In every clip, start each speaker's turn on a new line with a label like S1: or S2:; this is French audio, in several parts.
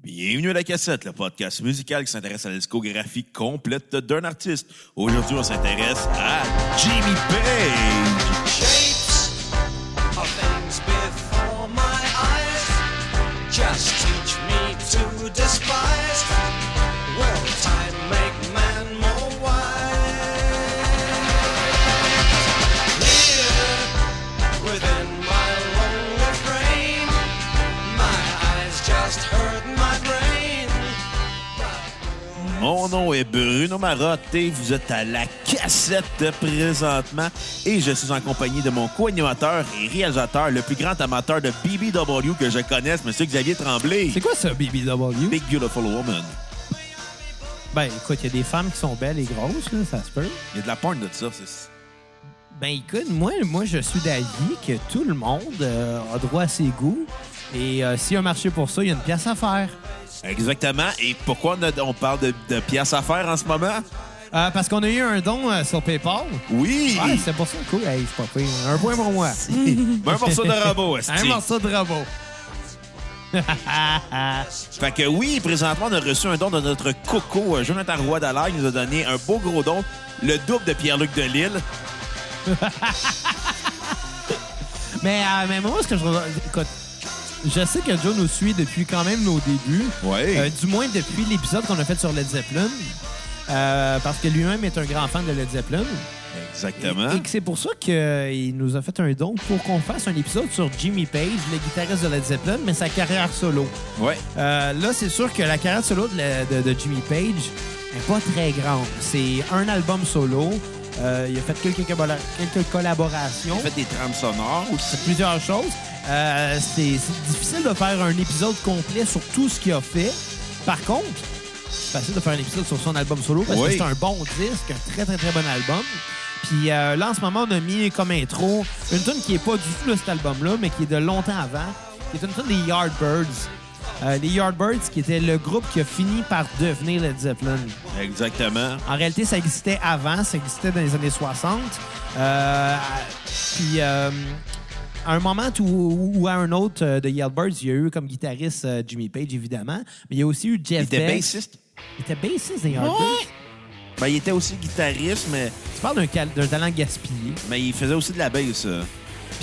S1: Bienvenue à la cassette, le podcast musical qui s'intéresse à la discographie complète d'un artiste. Aujourd'hui, on s'intéresse à Jimmy Page.
S2: Shapes of things before my eyes just teach me to despise. Will time make man more wise? Here within my lonely frame, my eyes just hurt my brain.
S1: Mon nom est Bruno Marotte et vous êtes à la cassette présentement. Et je suis en compagnie de mon co-animateur et réalisateur, le plus grand amateur de BBW que je connaisse, Monsieur Xavier Tremblay.
S3: C'est quoi ça, BBW?
S1: Big Beautiful Woman.
S3: Ben, écoute, il y a des femmes qui sont belles et grosses, là, ça se peut.
S1: Il y a de la porn de ça. c'est-
S3: Ben, écoute, moi, moi je suis d'avis que tout le monde euh, a droit à ses goûts. Et euh, s'il y a un marché pour ça, il y a une pièce à faire.
S1: Exactement. Et pourquoi on, a- on parle de, de pièces à faire en ce moment?
S3: Euh, parce qu'on a eu un don euh, sur PayPal.
S1: Oui!
S3: Ouais, c'est pour ça. Cool, hey, c'est pas pire. Un point pour moi.
S1: Ben, un morceau de robot,
S3: Un
S1: esti.
S3: morceau de robot.
S1: Fait que oui, présentement, on a reçu un don de notre coco, euh, Jonathan Roy d'Alain. Il nous a donné un beau gros don, le double de Pierre-Luc Delisle.
S3: Mais, euh, mais moi, ce que je. Écoute, je sais que Joe nous suit depuis quand même nos débuts.
S1: Ouais.
S3: Euh, du moins depuis l'épisode qu'on a fait sur Led Zeppelin. Euh, parce que lui-même est un grand fan de Led Zeppelin.
S1: Exactement.
S3: Et que c'est pour ça qu'il nous a fait un don pour qu'on fasse un épisode sur Jimmy Page, le guitariste de Led Zeppelin, mais sa carrière solo.
S1: Ouais.
S3: Euh, là, c'est sûr que la carrière solo de, la- de- de Jimmy Page n'est pas très grande. C'est un album solo. Euh, il a fait quelques, colla- quelques collaborations.
S1: On fait des trames sonores aussi.
S3: C'est plusieurs choses. Euh, c'est c'est difficile de faire un épisode complet sur tout ce qu'il a fait. Par contre, c'est facile de faire un épisode sur son album solo parce
S1: Oui.
S3: que c'est un bon disque, un très, très, très bon album. Puis euh, là, en ce moment, on a mis comme intro une tune qui est pas du tout de cet album-là, mais qui est de longtemps avant, qui est une tune des Yardbirds. Euh, les Yardbirds, qui était le groupe qui a fini par devenir Led Zeppelin.
S1: Exactement.
S3: En réalité, ça existait avant, ça existait dans les années 60. Euh, puis, euh, à un moment ou, ou à un autre euh, de Yardbirds, il y a eu comme guitariste euh, Jimmy Page, évidemment, mais il y a aussi eu
S1: Il
S3: Jeff
S1: était
S3: Beck.
S1: bassiste.
S3: Il était bassiste des Yardbirds.
S1: Ben, il était aussi guitariste, mais,
S3: Tu parles d'un cal- d'un talent gaspillé.
S1: mais il faisait aussi de la bass. euh.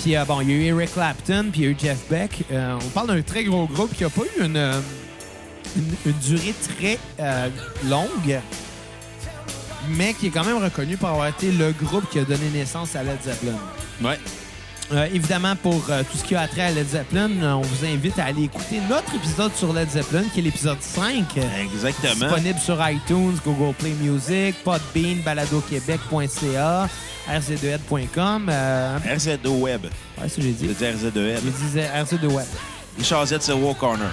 S3: Puis, euh, bon, il y a eu Eric Clapton, puis il y a eu Jeff Beck. Euh, on parle d'un très gros groupe qui n'a pas eu une, euh, une, une durée très euh, longue, mais qui est quand même reconnu pour avoir été le groupe qui a donné naissance à Led Zeppelin.
S1: Ouais.
S3: Euh, évidemment, pour euh, tout ce qui a trait à Led Zeppelin, euh, on vous invite à aller écouter notre épisode sur Led Zeppelin, qui est l'épisode 5. euh,
S1: Exactement.
S3: Disponible sur iTunes, Google Play Music, Podbean, baladoquebec.ca, rz2ed.com. Euh,
S1: RZ2 Web.
S3: ouais, c'est ce que j'ai
S1: Je
S3: dit.
S1: dis RZ2
S3: Je
S1: E Web.
S3: disais RZ2 Web.
S1: Richard Z, c'est Walk Corner.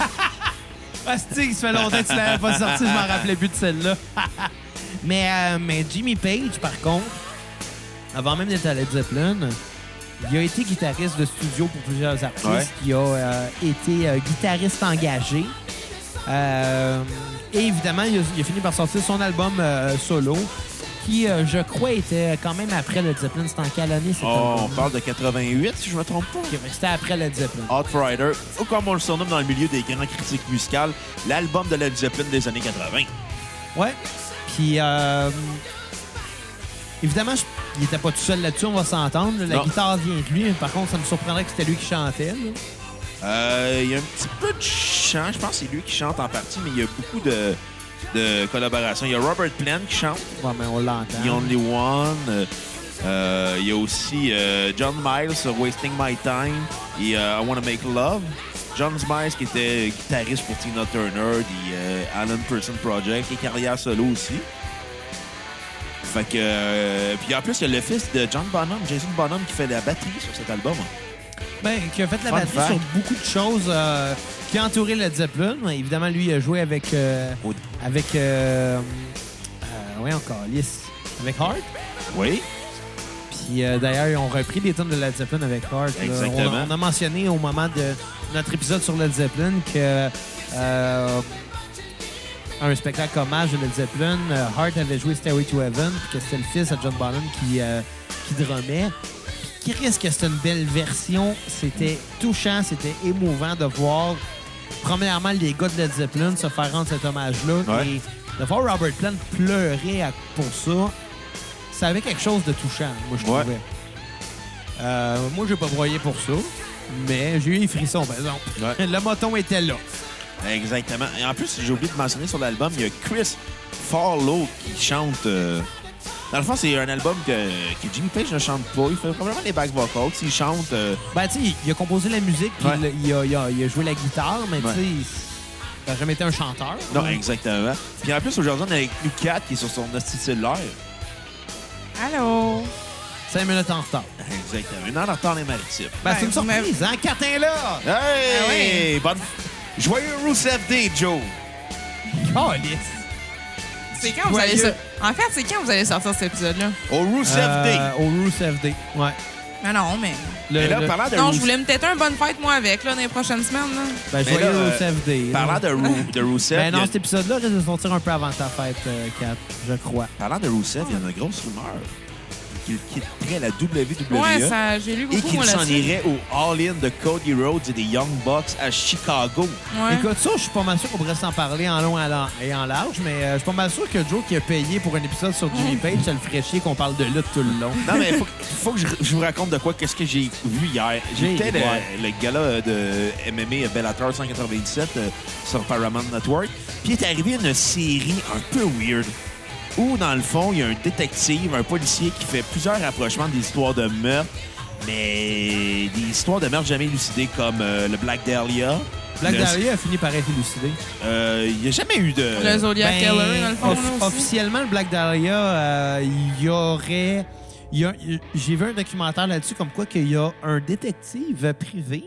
S3: Ah, c'est que ça fait longtemps que tu l'avais pas sorti, je m'en rappelais plus de celle-là. mais, euh, mais Jimmy Page, par contre, avant même d'être à Led Zeppelin, il a été guitariste de studio pour plusieurs artistes.
S1: Ouais.
S3: Il a euh, été euh, guitariste engagé. Euh, et évidemment, il a, il a fini par sortir son album euh, solo, qui, euh, je crois, était quand même après Led Zeppelin. C'était en quelle année, cet
S1: Oh, on
S3: album?
S1: parle de 88, si je me trompe pas.
S3: Ok, mais C'était après Led Zeppelin.
S1: Hot Rider, ou comme on le surnomme dans le milieu des grands critiques musicales, l'album de Led Zeppelin des années 80.
S3: Ouais. Puis, euh, évidemment, je- il était pas tout seul là-dessus, on va s'entendre. là. La
S1: Non.
S3: guitare vient de lui, mais par contre, ça me surprendrait que c'était lui qui chantait. là.
S1: Euh, Il y a un petit peu de chant, je pense que c'est lui qui chante en partie, mais il y a beaucoup de, de collaborations. Il y a Robert Plant qui chante,
S3: Ouais, mais on l'entend.
S1: The Only One. Euh, euh, il y a aussi euh, John Miles sur Wasting My Time et euh, I Wanna Make Love. John Miles qui était guitariste pour Tina Turner, des euh, Alan Pearson Project et carrière solo aussi. Fait que. euh, puis en plus, il y a le fils de John Bonham, Jason Bonham, qui fait la batterie sur cet album.
S3: Ben, qui a fait la
S1: Fun
S3: batterie
S1: fact.
S3: sur beaucoup de choses euh, qui a entouré Led Zeppelin. Ouais, Évidemment, lui, il a joué avec. euh,
S1: Au-
S3: avec. Euh, euh, ouais, encore, Lys. Avec Hart.
S1: Oui.
S3: Puis euh, d'ailleurs, ils ont repris des tonnes de Led Zeppelin avec Hart. là.
S1: Exactement.
S3: On, a- on a mentionné au moment de notre épisode sur Led Zeppelin que euh, un spectacle hommage de Led Zeppelin, euh, Hart avait joué Stairway to Heaven, puis que c'était le fils à John Bonham qui, euh, qui drumait. Puis Qu'est-ce que c'était une belle version. C'était touchant, c'était émouvant de voir premièrement, les gars de Led Zeppelin se faire rendre cet hommage-là.
S1: Ouais.
S3: Et de voir Robert Plant pleurer à- pour ça, ça avait quelque chose de touchant, moi, je
S1: Ouais.
S3: trouvais. Euh, moi, j'ai pas broyé pour ça, mais j'ai eu les frissons, par exemple.
S1: Ouais.
S3: Le moton était là.
S1: Exactement. Et en plus, j'ai oublié de mentionner sur l'album, il y a Chris Farlow qui chante. euh, Dans le fond, c'est un album que, que Jimmy Page ne chante pas. Il fait probablement les back vocals. S'il chante. euh,
S3: Ben, tu sais, il a composé la musique, puis
S1: Ouais.
S3: il, il a, il a- il a joué la guitare, mais
S1: Ouais.
S3: tu sais, il n'a jamais été un chanteur.
S1: Non, exactement. Puis en plus, aujourd'hui, on est avec Lucas qui est sur son hostie de cellulaire.
S4: Allô?
S3: Cinq minutes en retard.
S1: Exactement. Une heure en retard, les maritimes.
S3: Ben,
S4: Ben,
S3: c'est une
S4: vous m'avez-
S3: surprise, hein? Catin là!
S1: Hey! Ah bonne... Joyeux Rousseff Day, Joe!
S3: Calisse.
S4: C'est quand vous allez
S3: Joyeux.
S4: sortir. En fait, c'est quand vous allez sortir cet épisode-là?
S1: Au Rousseff Day!
S3: Euh, Au Rousseff Day, ouais.
S4: Mais non, mais.
S3: Le-
S1: Mais là,
S3: le-
S1: parlant de
S4: Non,
S1: Rousseff-
S4: je voulais me têter un bonne fête, moi, avec, là, dans les prochaines semaines, là.
S1: mais
S3: ben, joyeux
S1: là, euh,
S3: Rousseff Day. là.
S1: Parlant de, Rou- de Rousseff,
S3: Ben
S1: il y
S3: non,
S1: a-
S3: cet épisode-là risque de sortir un peu avant ta fête, euh, Kat, je crois.
S1: parlant de Rousseff, il y a une grosse rumeur qu'il quitterait la E. WWE
S4: Ouais, ça, j'ai lu
S1: et
S4: beaucoup,
S1: qu'il
S4: moi,
S1: s'en
S4: là-dessus.
S1: irait au All-In de Cody Rhodes et des Young Bucks à Chicago.
S4: Ouais.
S3: Écoute, ça, je suis pas mal sûr qu'on pourrait s'en parler en long et en lar- et en large, mais euh, je suis pas mal sûr que Joe qui a payé pour un épisode sur Jimmy Page, ça le ferait chier qu'on parle de lutte tout le long.
S1: Non, mais faut, que- faut que je, je vous raconte de quoi, qu'est-ce que j'ai vu hier.
S3: J'ai-
S1: J'étais le,
S3: ouais.
S1: le gala euh, de MMA euh, Bellator 197 euh, sur Paramount Network. Puis est arrivé une série un peu weird où, dans le fond, il y a un détective, un policier qui fait plusieurs rapprochements des histoires de meurtre, mais des histoires de meurtre jamais élucidées comme euh, le Black Dahlia.
S3: Black
S1: Le-
S3: Dahlia a fini par être élucidé.
S1: euh, Il n'y a jamais eu de...
S4: Le Zodiac
S3: Ben,
S4: Killer, dans le fond,
S3: off-
S4: là, aussi.
S3: officiellement, le Black Dahlia, euh, il y aurait. il y a- J'ai vu un documentaire là-dessus comme quoi qu'il y a un détective privé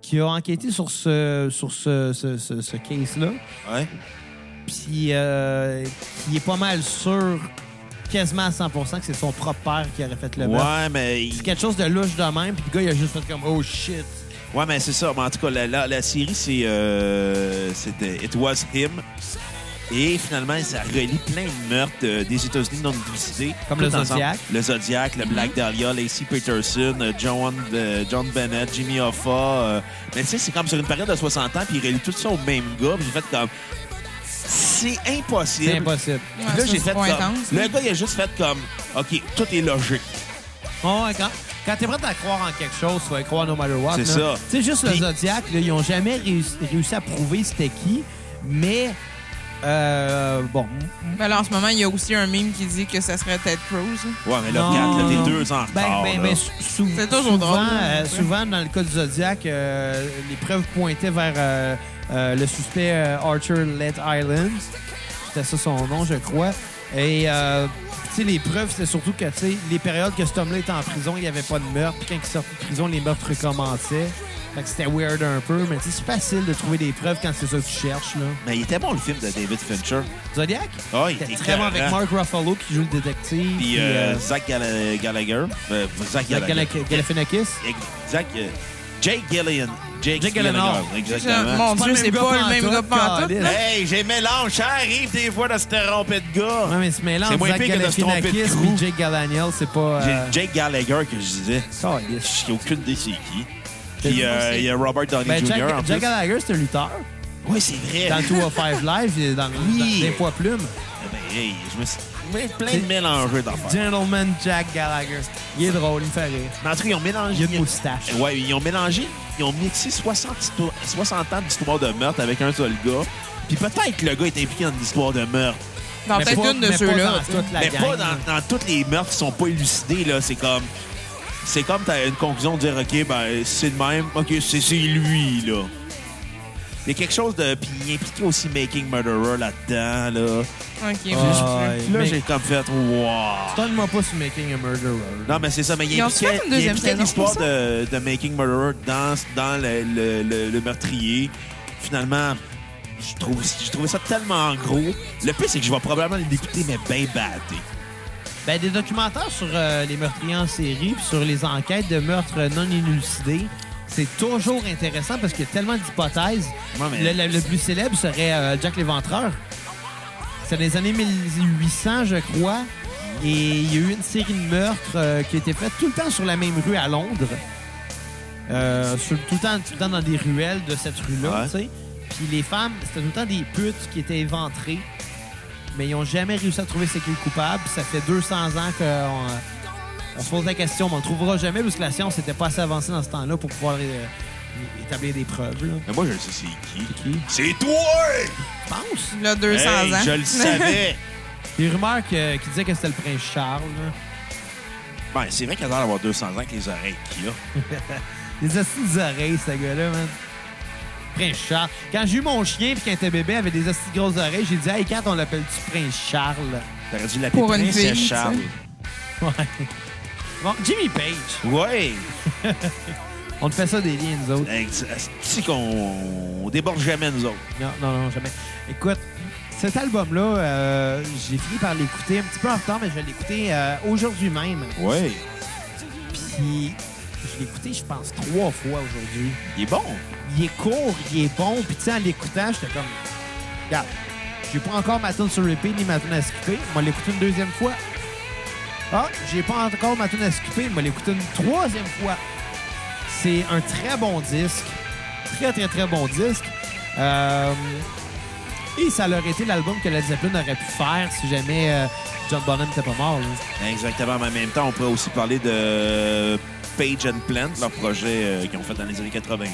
S3: qui a enquêté sur ce, sur ce, ce- ce- ce case-là,
S1: Ouais.
S3: puis euh, qui est pas mal sûr, quasiment à 100 que c'est son propre père qui aurait fait le meurtre.
S1: Ouais, mais... il-
S3: C'est quelque chose de louche de même, puis le gars, il a juste fait comme « Oh shit!
S1: Ouais, mais c'est ça. Mais en tout cas, la, la- la série, c'est. euh, C'était It Was Him. Et finalement, ça relie plein de meurtres euh, des États-Unis non divisés.
S3: Comme le
S1: Tout ensemble.
S3: Zodiac. Mm-hmm.
S1: Le Zodiac, le Black Dahlia, Lacey Peterson, euh, John, euh, John Bennett, Jimmy Hoffa. euh, mais tu sais, c'est comme sur une période de 60 ans, puis il relie tout ça au même gars. Puis j'ai fait comme. C'est impossible.
S3: C'est impossible.
S4: Ouais,
S1: Puis là,
S4: ça,
S1: j'ai
S4: c'est
S1: fait
S4: pas
S1: comme.
S4: intense,
S1: le
S4: mais-
S1: gars, il a juste fait comme. OK, tout est logique.
S3: Oh, ouais, quand quand t'es prêt à croire en quelque chose, tu vas y croire no matter what.
S1: C'est
S3: là.
S1: ça.
S3: Tu sais, juste le
S1: Puis-
S3: Zodiac, là, ils ont jamais réussi, réussi à prouver c'était qui, mais euh, bon,
S4: Ben là, en ce moment, il y a aussi un meme qui dit que ça serait Ted Cruz. là.
S1: Ouais, mais là,
S3: Non.
S1: regarde, là, t'es deux ans en
S3: ben,
S1: retard,
S3: ben,
S1: là.
S3: ben, sou- sou-
S4: C'est toujours
S3: souvent,
S4: drôle,
S3: euh,
S4: ouais.
S3: souvent, dans le cas du Zodiac, euh, les preuves pointaient vers euh, euh, le suspect euh, Archer Let Island. C'était ça son nom, je crois. Et euh, tu sais, les preuves, c'était surtout que tu sais, les périodes que cet homme-là était en prison, il n'y avait pas de meurtre. Puis quand il sortait de prison, les meurtres recommençaient. Fait que c'était weird un peu, mais tu sais, c'est facile de trouver des preuves quand c'est ça que tu cherches. Là.
S1: Mais il était bon, le film de David Fincher.
S3: Zodiac?
S1: Ah, il
S3: C'était
S1: était
S3: très bon avec
S1: écœurant.
S3: Mark Ruffalo qui joue le détective.
S1: Puis
S3: puis,
S1: euh,
S3: euh,
S1: Zach Galla- Gallagher. Euh, Zach
S3: Zach
S1: Gallagher.
S3: Galif- Galifianakis.
S1: Zach, euh, Jake Gillian. Jake,
S3: Jake Gyllenhaal.
S4: Mon
S1: Exactement.
S3: pas
S4: Dieu,
S3: le même
S4: c'est
S3: gars
S4: pas le même
S3: pantoute,
S4: gars pantoute.
S3: Colin.
S4: là.
S1: Hey, j'ai mélange. Ça arrive des fois de se tromper de gars.
S3: Ouais, mais ce mélange,
S1: C'est moins
S3: Zach
S1: pire que de se tromper de
S3: Galifianakis
S1: crew.
S3: et Jake Galaniel, c'est pas... Euh...
S1: J'ai Jake Gallagher que je disais.
S3: caliste.
S1: J'ai aucune idée c'est qui.
S3: C'est
S1: Puis euh,
S4: aussi.
S1: il y a Robert Downey
S3: Ben,
S1: Jr.
S3: Jack,
S1: en
S3: Jack
S1: plus.
S3: Gallagher, c'est un lutteur.
S1: Oui, c'est vrai. Ah,
S3: Dans le 205 Live, il est dans,
S1: Oui.
S3: dans les poids plumes.
S1: Ben, hey, je me suis mais plein de mélangeux d'affaires.
S3: Gentleman Jack Gallagher. Il est drôle, il me fait rire.
S1: Mais en tout cas, ils ont mélangé.
S3: Il a une moustache.
S1: Ouais, ils ont mélangé, ils ont mixé 60, histo- 60 ans d'histoire de meurtre avec un seul gars. Puis peut-être que le gars est impliqué dans une histoire de meurtre.
S4: Dans
S3: Mais
S4: peut-être
S3: pas-
S4: une
S3: mais
S4: de
S3: pas
S4: ceux-là.
S3: dans toute la
S1: Mais
S3: gang,
S1: pas
S3: là.
S1: dans, dans toutes les meurtres qui sont pas élucidés, là. C'est comme. C'est comme t'as une conclusion de dire, OK, ben, c'est le même. OK, c'est c'est lui, là. Il y a quelque chose de. Puis il impliqué aussi Making Murderer là-dedans, là.
S4: Ok,
S3: Ah,
S4: je- je-
S3: ouais.
S1: Puis là,
S3: Mais-
S1: j'ai comme fait, wow.
S3: Donne-moi pas sur Making a Murderer.
S1: Non, mais c'est ça, mais il
S4: Ils ont
S1: impliquait,
S4: fait une
S1: il
S4: deuxième
S1: impliquait
S4: saison
S1: l'histoire
S4: pour
S1: de, de Making Murderer dans, dans le, le- le- le meurtrier. Finalement, je trouve, je trouvais ça tellement gros. Le pire, c'est que je vais probablement l'écouter, mais bien batté.
S3: Ben, des documentaires sur euh, les meurtriers en série puis sur les enquêtes de meurtres non élucidés, c'est toujours intéressant parce qu'il y a tellement d'hypothèses.
S1: Ouais, mais-
S3: Le, le- le plus célèbre serait euh, Jack l'Éventreur. C'est dans les années 1800, je crois. Et il y a eu une série de meurtres euh, qui a été faite tout le temps sur la même rue à Londres. Euh, sur- tout, le temps, tout le temps dans des ruelles de cette rue-là,
S1: Ouais.
S3: tu sais. Puis les femmes, c'était tout le temps des putes qui étaient éventrées, mais ils n'ont jamais réussi à trouver c'est qui le coupable. Puis ça fait 200 ans qu'on on se pose la question, mais on ne trouvera jamais parce que la science n'était pas assez avancée dans ce temps-là pour pouvoir euh, établir des preuves. Là.
S1: Mais moi, je le sais, c'est qui.
S3: Qui
S1: C'est toi!
S3: pense?
S4: Là, 200
S1: Hey,
S4: ans.
S1: Je le savais.
S3: Des rumeurs que- qui disaient que c'était le prince Charles. là.
S1: ben, c'est vrai qu'il a l'air d'avoir 200 ans avec les oreilles qu'il a.
S3: Les assises oreilles, ce gars-là, man. Prince Charles. Quand j'ai eu mon chien, puis quand il était bébé, il avait des assises grosses oreilles, j'ai dit, hey, Kat, on l'appelle-tu Prince Charles?
S1: T'aurais dû l'appeler
S4: Pour une
S1: Princesse
S4: fille,
S1: Charles.
S4: tu
S3: Ouais. Bon, Jimmy Page.
S1: Ouais.
S3: On te fait ça des liens, nous autres.
S1: C'est qu'on on déborde jamais, nous autres.
S3: Non, non, non, jamais. Écoute, cet album-là, euh, j'ai fini par l'écouter un petit peu en retard, mais je vais l'écouter euh, aujourd'hui même.
S1: Ouais.
S3: Puis, je l'ai écouté, je pense, trois fois aujourd'hui.
S1: Il est bon.
S3: il est court, il est bon. Puis, tu sais, en l'écoutant, j'étais comme, regarde, j'ai pas encore ma tune sur repeat ni ma tune à skipper. On va l'écouter une deuxième fois. Ah, j'ai pas encore ma tune à skipper. On va l'écouter une troisième fois. C'est un très bon disque. Très, très, très bon disque. Euh, Et ça aurait été l'album que Led Zeppelin aurait pu faire si jamais euh, John Bonham n'était pas mort. hein. là.
S1: Exactement. Mais en même temps, on pourrait aussi parler de Page and Plant, leur projet euh, qu'ils ont fait dans les années 90.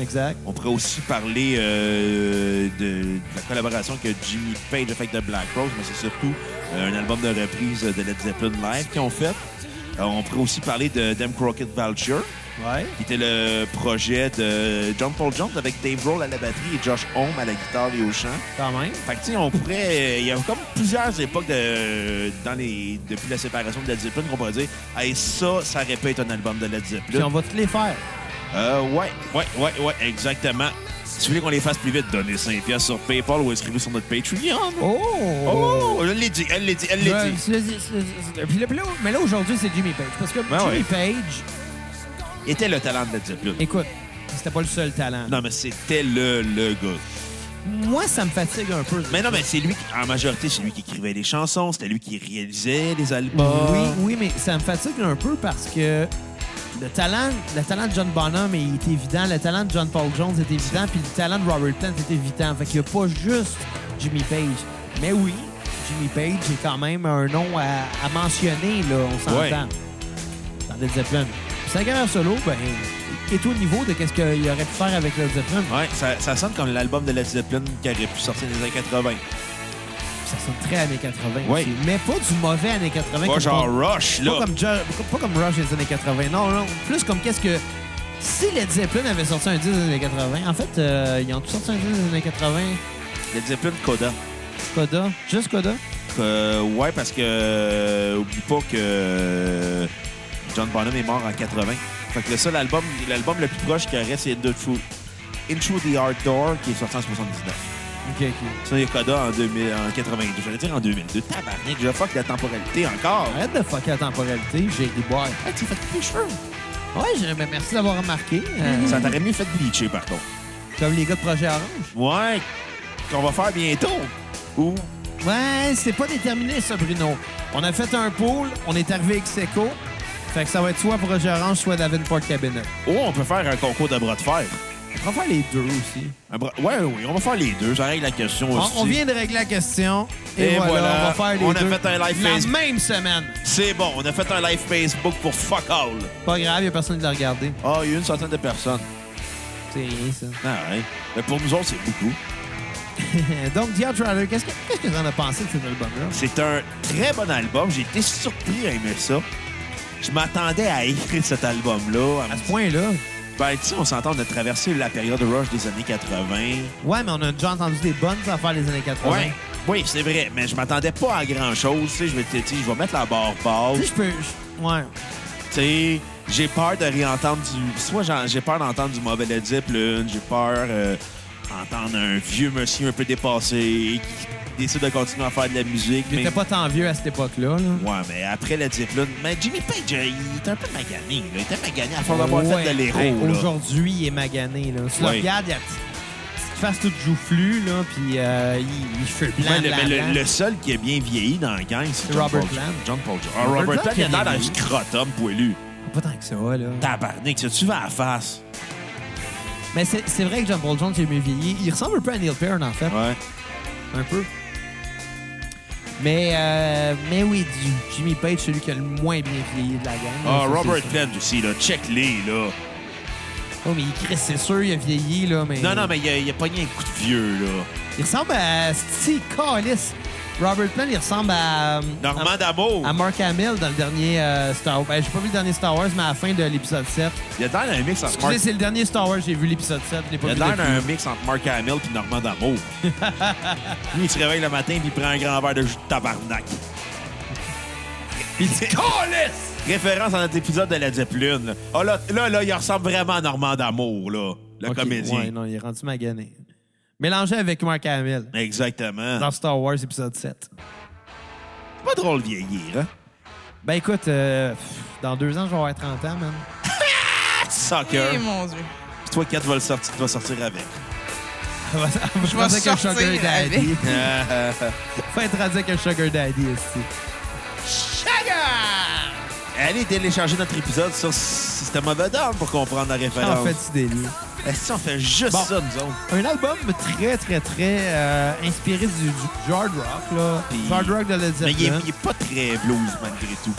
S3: Exact.
S1: On pourrait aussi parler euh, de, de la collaboration que Jimmy Page a faite de Black Rose, mais c'est surtout euh, un album de reprise de Led Zeppelin Live qu'ils ont fait. Euh, on pourrait aussi parler de Dem Crockett Vulture,
S3: Ouais.
S1: qui était le projet de John Paul Jones avec Dave Roll à la batterie et Josh Homme à la guitare et au chant.
S3: Quand même.
S1: Fait que, tu sais, on pourrait. euh, Il y a comme plusieurs époques de, dans les, depuis la séparation de Led Zeppelin qu'on pourrait dire Hey, ça, ça aurait pu être un album de Led Zeppelin.
S3: Puis on va tous les faire.
S1: Euh, ouais, ouais, ouais, ouais, exactement. Si vous voulez qu'on les fasse plus vite, donnez 5 piastres sur PayPal ou inscrivez sur notre Patreon.
S3: Oh!
S1: Oh, elle l'a dit, elle l'a dit, elle l'a
S3: Ouais,
S1: dit.
S3: c'est- c'est- c'est- Puis là, puis là, mais là, aujourd'hui, c'est Jimmy Page. Parce que
S1: Ben
S3: Jimmy
S1: ouais.
S3: Page,
S1: était le talent de Led Zeppelin.
S3: écoute, c'était pas le seul talent.
S1: Non, mais c'était le, le gars.
S3: Moi, ça me fatigue un peu.
S1: Mais non, mais c'est lui, qui- en majorité, c'est lui qui écrivait les chansons, c'était lui qui réalisait les albums.
S3: Oui, oui, mais ça me fatigue un peu parce que le talent, le talent de John Bonham il est évident, le talent de John Paul Jones est évident, puis le talent de Robert Plant est évident. Fait qu'il n'y a pas juste Jimmy Page. Mais oui, Jimmy Page est quand même un nom à, à mentionner, là, on s'entend.
S1: Ouais.
S3: Dans Led Zeppelin. Puis Sa carrière solo, ben, est au niveau de qu'est-ce qu'il aurait pu faire avec Led Zeppelin.
S1: Ouais, ça, ça sonne comme l'album de Led Zeppelin qui aurait pu sortir dans les années 80.
S3: Ça sonne très années 80.
S1: Oui.
S3: aussi. Mais pas du mauvais années
S1: Pas
S3: 80. comme
S1: genre
S3: pas-
S1: Rush, là.
S3: Pas comme, Jo- pas comme Rush des années 80. Non, non. Plus comme qu'est-ce que. Si Led Zeppelin avait sorti un 10 des années 80, en fait, euh, ils ont tous sorti un 10 des années 80.
S1: Led Zeppelin Coda.
S3: Coda. Juste Coda.
S1: Euh, ouais, parce que. euh, oublie pas que. euh, John Bonham est mort en 80. Fait que le seul album, l'album le plus proche qu'il y aurait, c'est The True. Into the Art Door, qui est sorti en 79.
S3: OK, OK.
S1: Sinon, il y a Coda en, 2000, en 82. J'allais dire en 2002. Tabarnak, je fuck la temporalité encore.
S3: Arrête de fucker la temporalité. J'ai des boires.
S1: Hey, tu fais couper les cheveux.
S3: Ouais, je- ben, merci d'avoir remarqué. euh,
S1: Ça t'aurait mieux fait bleacher, par contre.
S3: comme les gars de Projet Orange.
S1: Ouais, qu'on va faire bientôt. Ou.
S3: Ouais, c'est pas déterminé, ça, Bruno. On a fait un pool. On est arrivé avec Seco. Fait que ça va être soit Projet Orange, soit Davenport Cabinet.
S1: Ou on peut faire un concours de bras de fer.
S3: On va faire les deux aussi.
S1: Un bras- Ouais, oui, on va faire les deux. Ça règle la question
S3: On,
S1: aussi.
S3: on vient de régler la question. Et,
S1: Et
S3: voilà,
S1: voilà,
S3: on va faire les
S1: on a
S3: deux.
S1: fait un live
S3: La
S1: Facebook.
S3: même semaine.
S1: C'est bon, on a fait un live Facebook pour fuck all.
S3: Pas grave, il a personne qui l'a regardé.
S1: Ah, il y a une centaine de personnes.
S3: C'est rien, ça.
S1: Ah ouais. Mais pour nous autres, c'est beaucoup.
S3: Donc, The Outrider, qu'est-ce que qu'est-ce que t'en as pensé de cet album-là?
S1: C'est un très bon album. J'ai été surpris à aimer ça. Je m'attendais à écrire cet album-là.
S3: À ce point-là?
S1: Ben, tu sais, on s'entend, on a traversé la période rush des années 80.
S3: Ouais, mais on a déjà entendu des bonnes affaires des années 80.
S1: Ouais. Oui, c'est vrai, mais je m'attendais pas à grand-chose. Tu sais, je m'étais dit, je vais mettre la barre basse.
S3: Tu sais, je peux... je- Ouais.
S1: Tu sais, j'ai peur de réentendre du. Soit j'en- j'ai peur d'entendre du mauvais Led Zeppelin, j'ai peur euh, d'entendre un vieux monsieur un peu dépassé qui décide de continuer à faire de la musique.
S3: Il
S1: Mais...
S3: était pas tant vieux à cette époque-là. là.
S1: Ouais, mais après Led Zeppelin, mais Jimmy Page, euh, il était un peu magané. là. Il était magané à force d'avoir
S3: Ouais.
S1: fait de l'héros.
S3: Hey,
S1: là.
S3: Aujourd'hui, il est magané. Là. Tu le
S1: Ouais.
S3: regardes, il a petite petite face toute joufflue, là, puis euh, il, il fait blanc,
S1: Mais le,
S3: blanc,
S1: mais le-
S3: blanc.
S1: le seul qui est bien vieilli dans la gang, c'est
S3: C'est
S1: John
S3: Robert
S1: Paul-
S3: Plant.
S1: John Paul Jones. Ah,
S3: Robert
S1: Robert
S3: Plant,
S1: Plant, il a
S3: il est
S1: l'air d'un
S3: vieilli.
S1: scrotum poilu.
S3: Pas tant que ça, là.
S1: Tabarnak, ça tu vas à la face.
S3: Mais c'est c'est vrai que John Paul Jones, il est mieux vieilli. Il ressemble un peu à Neil Peart, en fait.
S1: Ouais.
S3: Un peu. Mais, euh, mais oui, du- Jimmy Page, celui qui a le moins bien vieilli de la gang.
S1: Ah,
S3: Ça, c'est
S1: Robert
S3: sûr.
S1: Plant aussi, là. Check-les, là.
S3: Oh, mais il crie, c'est sûr, il a vieilli, là. Mais...
S1: Non, non, mais il a, il a pogné un coup de vieux, là.
S3: Il ressemble à. Si, Callis. Robert Plant, il ressemble à.
S1: Normand
S3: à,
S1: D'Amour.
S3: à Mark Hamill dans le dernier euh, Star Wars. Ben, j'ai pas vu le dernier Star Wars, mais à la fin de l'épisode 7.
S1: Il a l'air d'un mix entre Mark...
S3: Excusez, c'est le dernier Star Wars, j'ai vu l'épisode 7, je l'ai
S1: Il
S3: pas
S1: a
S3: vu.
S1: l'air
S3: depuis.
S1: d'un mix entre Mark Hamill puis Normand D'Amour. Lui, il se réveille le matin puis il prend un grand verre de jus de tabarnak.
S3: Il dit Callis!
S1: Référence à notre épisode de la Zeppelin. là. Ah, là, là, là, il ressemble vraiment à Normand D'Amour, là. Le
S3: Ok,
S1: comédien.
S3: Ouais, non, il est rendu magané. Mélangé avec Mark Hamill
S1: Exactement.
S3: dans Star Wars épisode 7.
S1: C'est pas drôle de vieillir, hein?
S3: Ben écoute, euh, pff, dans deux ans, je vais avoir 30 ans, man.
S1: Soccer.
S4: Eh, mon Dieu.
S1: Puis toi, 4 vas le sortir, tu vas sortir avec.
S3: je
S4: vais sortir
S3: Daddy.
S4: avec.
S3: Faut être rendu avec un Sugar Daddy aussi.
S1: Allez télécharger notre épisode sur System of a Down pour comprendre la référence.
S3: En fait, tu délies.
S1: Est-ce qu'on fait juste
S3: Bon.
S1: ça, nous autres?
S3: Un album très, très, très euh, inspiré du, du- du hard rock, là.
S1: Puis-
S3: Du hard rock de Led
S1: Mais il est,
S3: Zeppelin.
S1: il est pas très blues, malgré tout.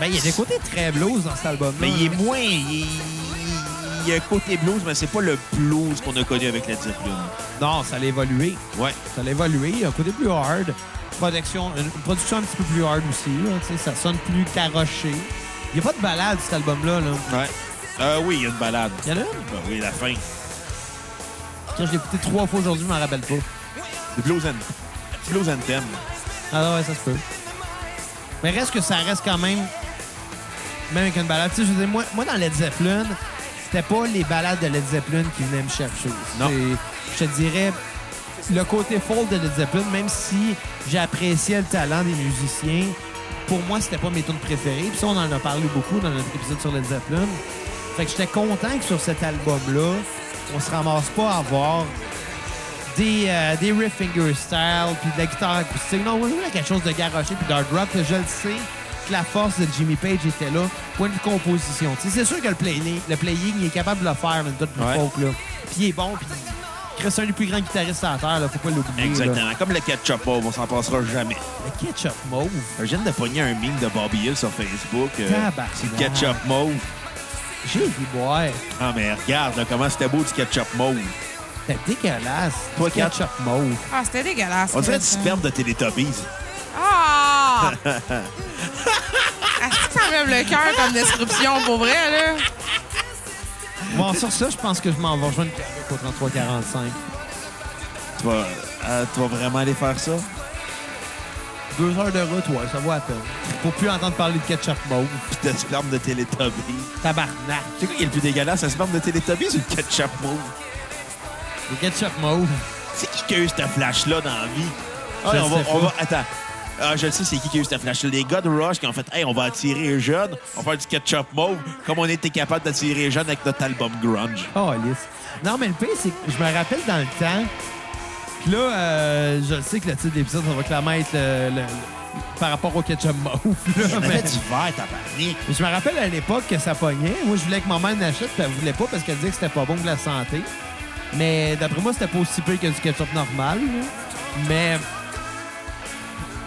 S3: Ben, il y a des côtés très blues dans cet album-là.
S1: Mais il est moins... Il, est- il y a un côté blues, mais c'est pas le blues qu'on a connu avec la Zeppelin.
S3: Non, ça l'a évolué.
S1: Ouais.
S3: Ça l'a évolué. Il y a un côté plus hard. Production, une une production un petit peu plus hard aussi. là, tu sais, ça sonne plus carroché. Il n'y a pas de balade, cet album-là. Là.
S1: Ouais. Euh, oui, il y a une balade.
S3: Il y en a une?
S1: Ben oui, la fin.
S3: Quand je l'ai écouté trois fois aujourd'hui, je m'en rappelle pas.
S1: Le blues, and... blues anthem.
S3: Ah ouais, ça se peut. Mais reste que ça reste quand même, même avec une balade. Tu sais, je veux dire, moi, moi, dans Led Zeppelin, c'était pas les balades de Led Zeppelin qui venaient me chercher.
S1: Non.
S3: C'est- Je te dirais, le côté folk de Led Zeppelin, même si j'appréciais le talent des musiciens, pour moi, c'était pas mes tunes préférées. Puis ça, on en a parlé beaucoup dans notre épisode sur Led Zeppelin. Fait que j'étais content que sur cet album-là, on se ramasse pas à avoir des, euh, des riff fingerstyle puis de la guitare acoustique. Non, on a quelque chose de garoché puis d'hard rock. Je le sais que la force de Jimmy Page était là, point de vue composition. Tu sais, c'est sûr que le playing, le playing, il est capable de le faire, mais tout le
S1: Ouais.
S3: folk, là. Puis il est bon, puis Chris, c'est un des plus grands guitaristes à la Terre, là. Faut pas l'oublier, là.
S1: Exactement. Comme le ketchup, Bob, on s'en passera jamais.
S3: Le ketchup mauve.
S1: Je viens de pogner un meme de Bobby Hill sur Facebook. euh,
S3: Tabarnak.
S1: c'est le ketchup mauve.
S3: J'ai vu boire.
S1: Ah, mais regarde là, comment c'était beau du ketchup mauve.
S3: C'était dégueulasse.
S1: Toi, Kat?
S3: ketchup mauve.
S4: Ah, c'était dégueulasse.
S1: On dirait
S4: ça.
S1: du sperme de Teletubbies.
S4: Ah! Est-ce que ça enlève le cœur comme description pour vrai, là?
S3: Bon, sur ça, je pense que je m'en vais rejoindre Pierre au 3345.
S1: Tu vas, euh, tu vas vraiment aller faire ça?
S3: Deux heures de route, ouais, ça vaut à peine. Faut plus entendre parler de ketchup mauve.
S1: Puis de sperme de Teletubbies.
S3: Tabarnak.
S1: C'est quoi qui est le plus dégueulasse, un sperme de Teletubbies ou le ketchup mauve?
S3: Le ketchup mauve.
S1: C'est qui qui a eu cette flash-là dans la vie? Ah,
S3: Je
S1: on va,
S3: sais
S1: on
S3: pas.
S1: va- Attends. Ah, je le sais, c'est qui qui a eu cette flash-là. Les gars de Rush qui ont fait Hey, on va attirer les jeunes, on va faire du ketchup mauve, comme on était capable d'attirer les jeunes avec notre album Grunge.
S3: Oh, Alice. Non, mais le pire, c'est que je me rappelle dans le temps. Puis là, euh, je le sais que le titre de l'épisode, ça va clairement être euh, le- le- par rapport au ketchup mauve. là,
S1: On
S3: mais-
S1: avait du verre, tabarnak.
S3: Mais Je me rappelle à l'époque que ça pognait. Moi, je voulais que maman en achète, puis elle voulait pas parce qu'elle disait que c'était pas bon pour la santé. Mais d'après moi, c'était pas aussi pire que du ketchup normal. là. Mais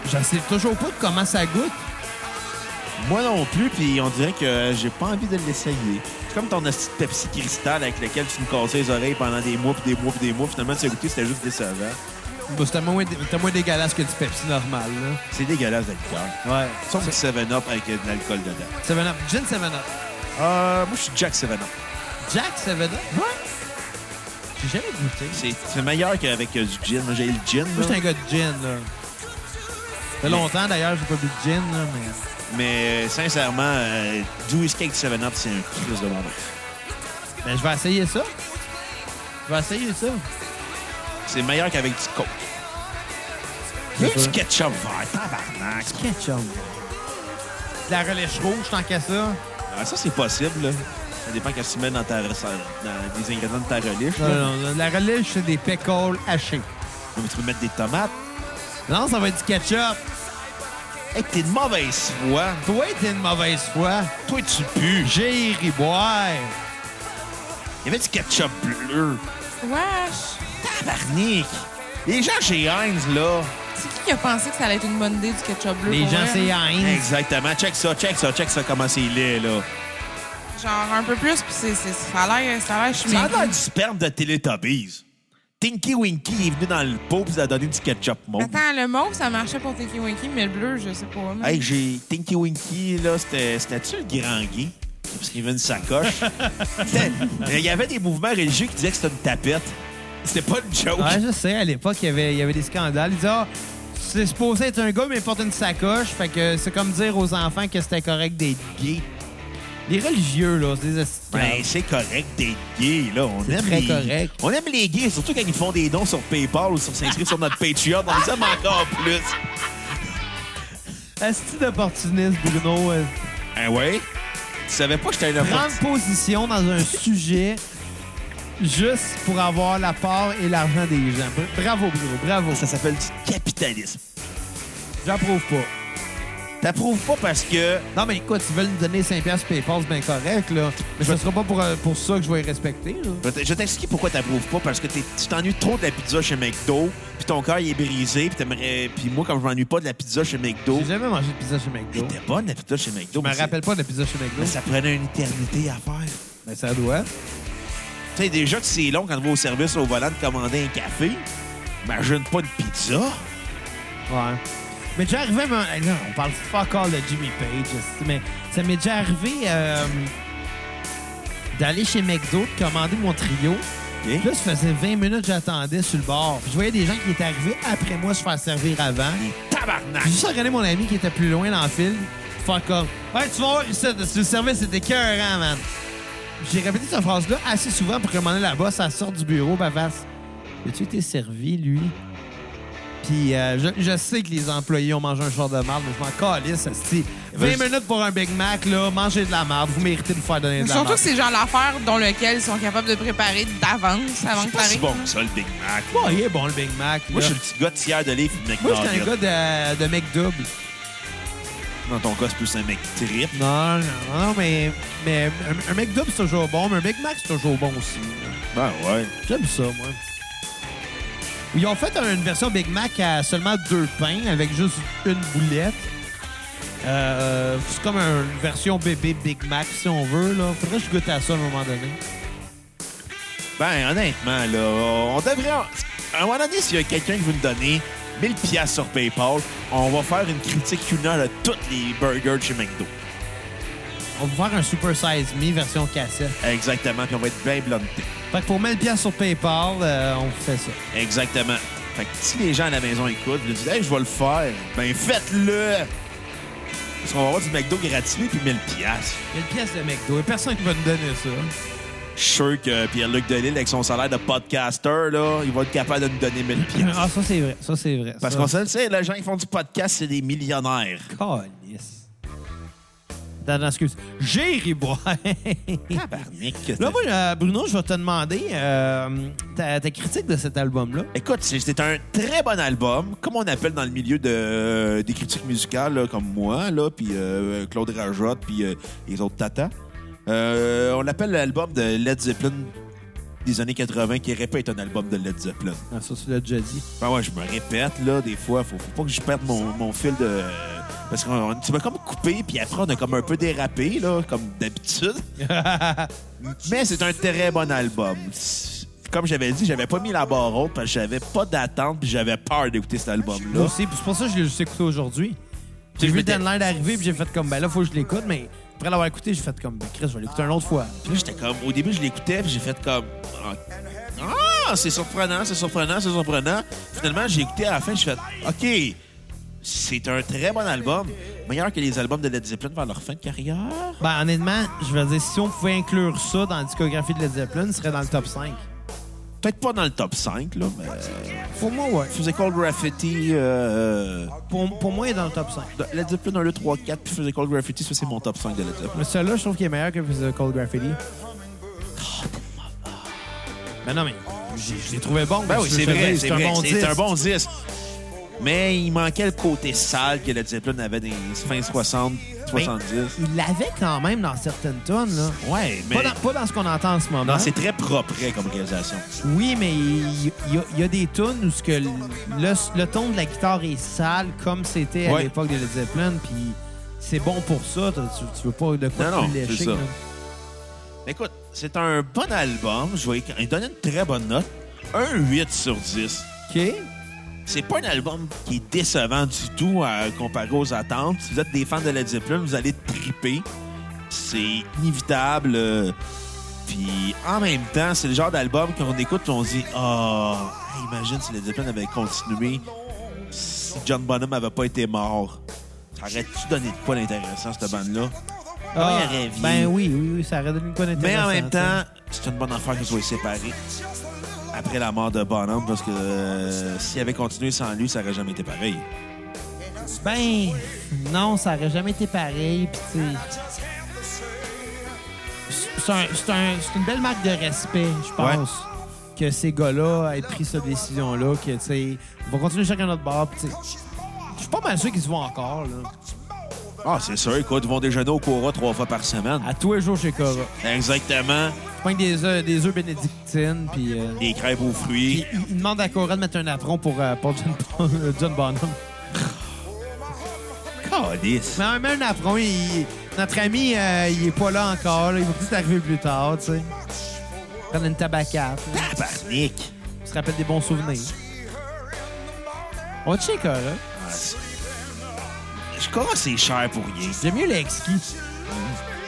S3: je sais toujours pas comment ça goûte.
S1: Moi non plus, puis on dirait que j'ai pas envie de l'essayer. C'est comme ton asti de Pepsi Cristal avec lequel tu me cassais les oreilles pendant des mois, puis des mois, puis des mois. Finalement, tu as goûté, c'était juste décevant.
S3: Bah, c'était moins, dé- c'était moins dégueulasse que du Pepsi normal.
S1: C'est dégueulasse de liqueur.
S3: Là. Ouais.
S1: Sauf que 7-Up avec de l'alcool dedans.
S3: 7-Up. Gin 7-Up.
S1: Euh, moi, je suis Jack 7-Up.
S3: Jack 7-Up. Ouais. J'ai jamais goûté.
S1: C'est c'est meilleur qu'avec euh, du gin. Moi, j'ai eu le gin.
S3: Moi,
S1: là.
S3: j'étais un gars de gin, là. Ça fait longtemps, d'ailleurs, j'ai pas bu de gin, là, mais...
S1: Mais euh, sincèrement, euh, du whisky avec 7-Up, c'est un crise de bonheur.
S3: Ben, je vais essayer ça. Je vais essayer ça.
S1: C'est meilleur qu'avec du coke.
S3: C'est
S1: Même du
S3: sûr.
S1: ketchup vert, tabarnak.
S3: Ketchup. De la relèche rouge, tant qu'à ça.
S1: Ah, ça, c'est possible. là. Ça dépend qu'est-ce que tu mets dans, ta, dans les ingrédients de ta relish.
S3: Non,
S1: là.
S3: non, non, Euh, de la relèche, c'est des pécoles hachées.
S1: Non, mais tu peux mettre des tomates.
S3: Non, ça va être du ketchup.
S1: Hey, t'es de mauvaise foi.
S3: Toi, t'es une mauvaise foi.
S1: Toi, tu pues.
S3: J'ai ri boire.
S1: Il y avait du ketchup bleu.
S4: Wesh!
S1: Tabarnak! Les gens chez Heinz, là.
S4: C'est qui qui a pensé que ça allait être une bonne idée du ketchup bleu?
S3: Les
S4: pour
S3: gens,
S4: vrai?
S3: c'est Heinz.
S1: Exactement. Check ça, check ça, check ça, comment c'est laid, là.
S3: Mm.
S4: Genre un peu plus, puis c'est, c'est, ça a l'air, ça a l'air chimique.
S1: Ça a l'air du sperme de Teletubbies. Tinky Winky est venu dans le pot puis ça a donné du ketchup mauve.
S4: Attends, le mauve, ça marchait pour Tiki Winky, mais le bleu, je sais pas. man.
S1: Hey, j'ai Tinky Winky, là, c'était- c'était-tu le grand gay? Parce qu'il avait une sacoche. C'était- euh, Il y avait des mouvements religieux qui disaient que c'était une tapette. C'était pas une joke.
S3: Ouais, je sais, à l'époque, il y avait, il y avait des scandales. Ils disaient, ah, c'est supposé être un gars, mais il porte une sacoche. Fait que c'est comme dire aux enfants que c'était correct d'être gay. Les religieux, là, c'est des astuces.
S1: Ben, c'est correct d'être gay, là. On
S3: C'est
S1: aime
S3: très
S1: les...
S3: correct.
S1: On aime les gays, surtout quand ils font des dons sur PayPal ou sur s'inscrire sur notre Patreon. On les aime encore plus.
S3: Asti d'opportuniste, Bruno. Euh,
S1: Ah ouais? Tu savais pas que j'étais un
S3: Prendre
S1: opportuniste?
S3: position dans un sujet juste pour avoir la part et l'argent des gens. Bra- Bravo, Bruno, bravo.
S1: Ça s'appelle du capitalisme.
S3: J'approuve pas.
S1: T'approuves pas parce que
S3: Non, mais écoute, tu veux nous donner 5$ sur PayPal, c'est bien correct, là. Mais ce sera pas pour, euh, pour ça que je vais y respecter, là.
S1: Je vais t- je vais t'expliquer pourquoi t'approuves pas, parce que t'es- tu t'ennuies trop de la pizza chez McDo, puis ton cœur il est brisé, puis t'aimerais- puis moi, comme je m'ennuie pas de la pizza chez McDo,
S3: J'ai jamais mangé de pizza chez McDo.
S1: elle était bonne la pizza chez McDo.
S3: Je me
S1: mais c'est-
S3: rappelle pas de la pizza chez McDo.
S1: Mais ça prenait une éternité à faire.
S3: Mais ça doit.
S1: Tu sais, déjà que c'est long quand on va au service au volant de commander un café, imagine pas de pizza. hein?
S3: Ouais. Mais déjà arrivé, à me- eh non, on parle fuck all de Jimmy Page, esti, mais ça m'est déjà arrivé euh, d'aller chez McDo, de commander mon trio. Puis Là, ça faisait 20 minutes que j'attendais sur le bord. Puis je voyais des gens qui étaient arrivés après moi se faire servir avant.
S1: Les tabarnak!
S3: Puis juste regarder mon ami qui était plus loin dans le fil, faire comme Ouais, tu vas voir, ici, le service était écœurant, man. J'ai répété cette phrase-là assez souvent pour commander la bosse, elle sort du bureau, bah fasse As-tu été servi, lui Puis euh, je, je sais que les employés ont mangé un genre de marde, mais je m'en calisse, esti. 20
S1: Ben, je-
S3: minutes pour un Big Mac, là, mangez de la marde, vous méritez de vous faire donner de la
S4: Surtout
S3: marde.
S4: que c'est genre l'affaire dans lequel ils sont capables de préparer d'avance avant
S1: C'est
S4: que
S1: pas si
S4: t'arrives.
S1: bon que ça, le Big Mac.
S3: Ouais, il est bon, le Big Mac.
S1: Moi, je suis
S3: là.
S1: le petit gars de tiers de livre puis de
S3: Moi, je suis
S1: McNugget.
S3: un gars de, de McDouble.
S1: Dans ton cas, c'est plus un McTrip.
S3: Non, non, non, mais, mais un, un McDouble, c'est toujours bon, mais un Big Mac, c'est toujours bon aussi. là.
S1: Ben ouais.
S3: J'aime ça, moi. Ils ont fait une version Big Mac à seulement deux pains, avec juste une boulette. Euh, c'est comme une version bébé Big Mac, si on veut. Là. Faudrait que je goûte à ça à un moment donné.
S1: Ben, honnêtement, là, on devrait... À un moment donné, s'il y a quelqu'un qui veut nous donner 1000 piastres sur PayPal, on va faire une critique culinaire de tous les burgers de chez McDo.
S3: On va faire un Super Size Me version cassette.
S1: Exactement, puis on va être bien blunté.
S3: Fait que pour 1000 pièces sur PayPal, euh, on fait ça.
S1: Exactement. Fait que si les gens à la maison écoutent, ils disent « Hey, je vais le faire », ben faites-le! Parce qu'on va avoir du McDo gratuit puis 1000 piastres.
S3: 1000 pièces de McDo. Il n'y a personne qui va nous donner ça.
S1: Je suis sûr que Pierre-Luc Delisle, avec son salaire de podcaster, là, il va être capable de nous donner 1000
S3: Ah,
S1: piastres.
S3: ça, c'est vrai. Ça, c'est vrai.
S1: Parce
S3: Ça.
S1: qu'on se le sait, les gens qui font du podcast, c'est des millionnaires.
S3: Calisse. Attends, attends, excuse. Jerry Bois.
S1: Tabarnak! que
S3: Là, moi, euh, Bruno, je vais te demander euh, ta, ta critique de cet album-là.
S1: Écoute, c'est c'est un très bon album, comme on appelle dans le milieu de, euh, des critiques musicales, là, comme moi, là, puis euh, Claude Rajotte, puis euh, les autres tatas. Euh, on l'appelle l'album de Led Zeppelin des années 80, qui aurait pas été un album de Led Zeppelin.
S3: Ah, ça, tu l'as déjà dit.
S1: Ben ouais, je me répète, là, des fois, faut, faut pas que je perde mon, mon fil de... euh, Parce qu'on tu m'as comme coupé, puis après, on a comme un peu dérapé, là, comme d'habitude. Mais c'est un très bon album. Comme j'avais dit, j'avais pas mis la barre haute parce que j'avais pas d'attente puis j'avais peur d'écouter cet
S3: Moi
S1: album-là.
S3: aussi, puis c'est pour ça que je l'ai juste écouté aujourd'hui.
S1: Tu sais,
S3: J'ai
S1: je
S3: vu
S1: m'étais-
S3: Dan Lyle arriver, puis j'ai fait comme, ben là, faut que je l'écoute, mais après l'avoir écouté, j'ai fait comme, ben Chris, je vais l'écouter une autre fois.
S1: Puis là, j'étais comme... Au début, je l'écoutais puis j'ai fait comme... Ah, Ah, c'est surprenant, c'est surprenant, c'est surprenant. Finalement, j'ai écouté à la fin, j'ai fait... OK, c'est un très bon album. Meilleur que les albums de Led Zeppelin vers leur fin de carrière.
S3: Ben, honnêtement, je veux dire, si on pouvait inclure ça dans la discographie de Led Zeppelin, ce serait dans le top 5.
S1: Peut-être pas dans le top 5, là, mais... euh,
S3: Pour moi, ouais.
S1: Je faisais Cold Graffiti... Euh...
S3: Pour, pour moi, il est dans le top 5.
S1: de- Led Zeppelin 1, 2, 3, 4, puis je faisais Cold Graffiti, ça c'est mon top 5 de Led Zeppelin.
S3: Mais celui-là, je trouve qu'il est meilleur que The Cold Graffiti.
S1: Ah,
S3: Ben non, mais je je l'ai trouvé bon.
S1: Ben oui,
S3: Je
S1: c'est
S3: veux
S1: vrai,
S3: dire,
S1: c'est vrai.
S3: bon
S1: C'est
S3: disque.
S1: un bon disque. Mais il manquait le côté sale que Led Zeppelin avait dans les fins 60,
S3: Ben,
S1: 70.
S3: Il l'avait quand même dans certaines tonnes, là.
S1: Ouais, mais.
S3: Pas, dans, Hein? pas dans ce qu'on entend en ce moment.
S1: Non, c'est très propre hein, comme réalisation.
S3: Oui, mais il y, a- il y a des tunes où ce que le, le- le ton de la guitare est sale, comme c'était à
S1: Ouais.
S3: l'époque de Led Zeppelin, puis c'est bon pour ça. t'as- Tu, tu veux pas de quoi
S1: Non,
S3: plus
S1: non, c'est
S3: lécher,
S1: ça.
S3: là.
S1: Écoute, c'est un bon album. Je vais y donner une très bonne note. Un 8 sur 10.
S3: OK.
S1: C'est pas un album qui est décevant du tout à, comparé aux attentes. Si vous êtes des fans de Led Zeppelin, vous allez triper. C'est inévitable. euh, Puis en même temps, c'est le genre d'album qu'on écoute et on se dit Ah, imagine si Led Zeppelin avait continué, si John Bonham avait pas été mort. Ça aurait-tu donné de quoi d'intéressant, cette bande-là?
S3: Ah,
S1: il aurait
S3: ben oui, oui, oui, ça aurait donné une bonne
S1: Mais en
S3: intéressante,
S1: même
S3: hein.
S1: temps, c'est une bonne affaire qu'ils soient séparés après la mort de Bonham parce que euh, s'il avait continué sans lui, ça aurait jamais été pareil.
S3: Ben, non, ça aurait jamais été pareil. Puis, tu sais, c'est- c'est un- c'est un- c'est une belle marque de respect, je pense, que ces gars-là aient pris cette décision-là, que, tu sais, ils vont continuer chacun notre bar. Puis, tu sais, je suis pas mal sûr qu'ils se voient encore, là.
S1: Ah, c'est sûr, écoute, ils vont déjeuner au Cora trois fois par semaine.
S3: À tous les jours chez Cora.
S1: Exactement.
S3: Je pogne des œufs des œufs bénédictines, puis... euh,
S1: Des crêpes aux
S3: puis
S1: fruits.
S3: ils ils demandent à Cora de mettre un apron pour, euh, pour John, Bon- John Bonham.
S1: Calice.
S3: Mais en même temps, un apron, il- notre ami, euh, il est pas là encore. là. Il va peut-être arriver plus tard, tu sais. Prendre une tabacate. là.
S1: Tabarnak.
S3: On se rappelle des bons souvenirs. On va checker, là.
S1: Ah, c'est- Je crois que c'est cher pour rien.
S3: J'aime mieux les exquis.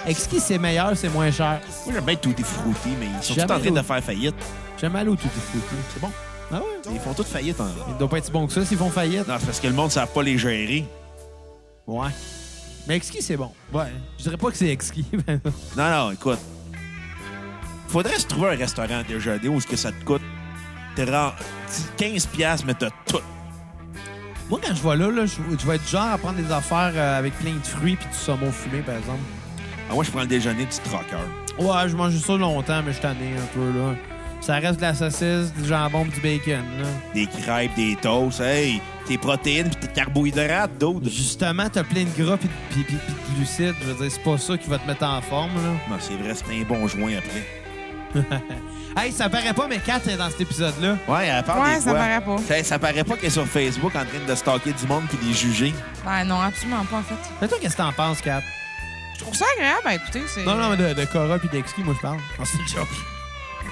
S3: Exquis, c'est meilleur, c'est moins cher.
S1: Moi, j'aime bien tout défrouté, mais ils sont tous en
S3: Jamais
S1: train de
S3: l'autre.
S1: faire faillite.
S3: J'aime aller au tout foutu.
S1: C'est bon.
S3: Ah ouais?
S1: Ils font toutes faillite en.
S3: Ils doivent pas être si bons que ça s'ils font faillite.
S1: Non, c'est parce que le monde ne savent pas les gérer.
S3: Ah, Ouais. Mais exquis, c'est bon. Ouais. Je dirais pas que c'est Ben, exquis. mais-
S1: Non, non, écoute. Faudrait se trouver un restaurant à déjeuner où ce que ça te coûte t'es rend- 15 piastres, mais t'as tout.
S3: Moi, quand je vais là, là, je, je vais être du genre à prendre des affaires euh, avec plein de fruits puis du saumon fumé, par exemple.
S1: Ah, moi, je prends le déjeuner du trocker.
S3: Ouais, je mange ça longtemps, mais je t'en ai un peu, là. Ça reste de la saucisse, du jambon, pis du bacon, là.
S1: Des crêpes, des toasts, hey, tes protéines pis tes carbohydrates, d'autres.
S3: Justement, t'as plein de gras pis, de- pis- pis- pis de glucides. Je veux dire, c'est pas ça qui va te mettre en forme, là.
S1: Non, Ah, c'est vrai, c'est un bon joint après.
S3: Hey, ça paraît pas, mais Kat est dans cet épisode-là.
S1: Ouais, à part
S4: Ouais,
S1: des
S4: ça
S1: fois,
S4: paraît pas.
S1: Ça, ça paraît pas qu'elle est sur Facebook en train de stalker du monde puis les juger.
S4: Ben non, absolument pas, en fait.
S3: Mais toi, qu'est-ce que t'en penses, Kat?
S4: Je trouve ça agréable à écouter. c'est-
S3: Non, non, mais de, de Cora pis d'Exki, moi, je parle. Oh, c'est le joke.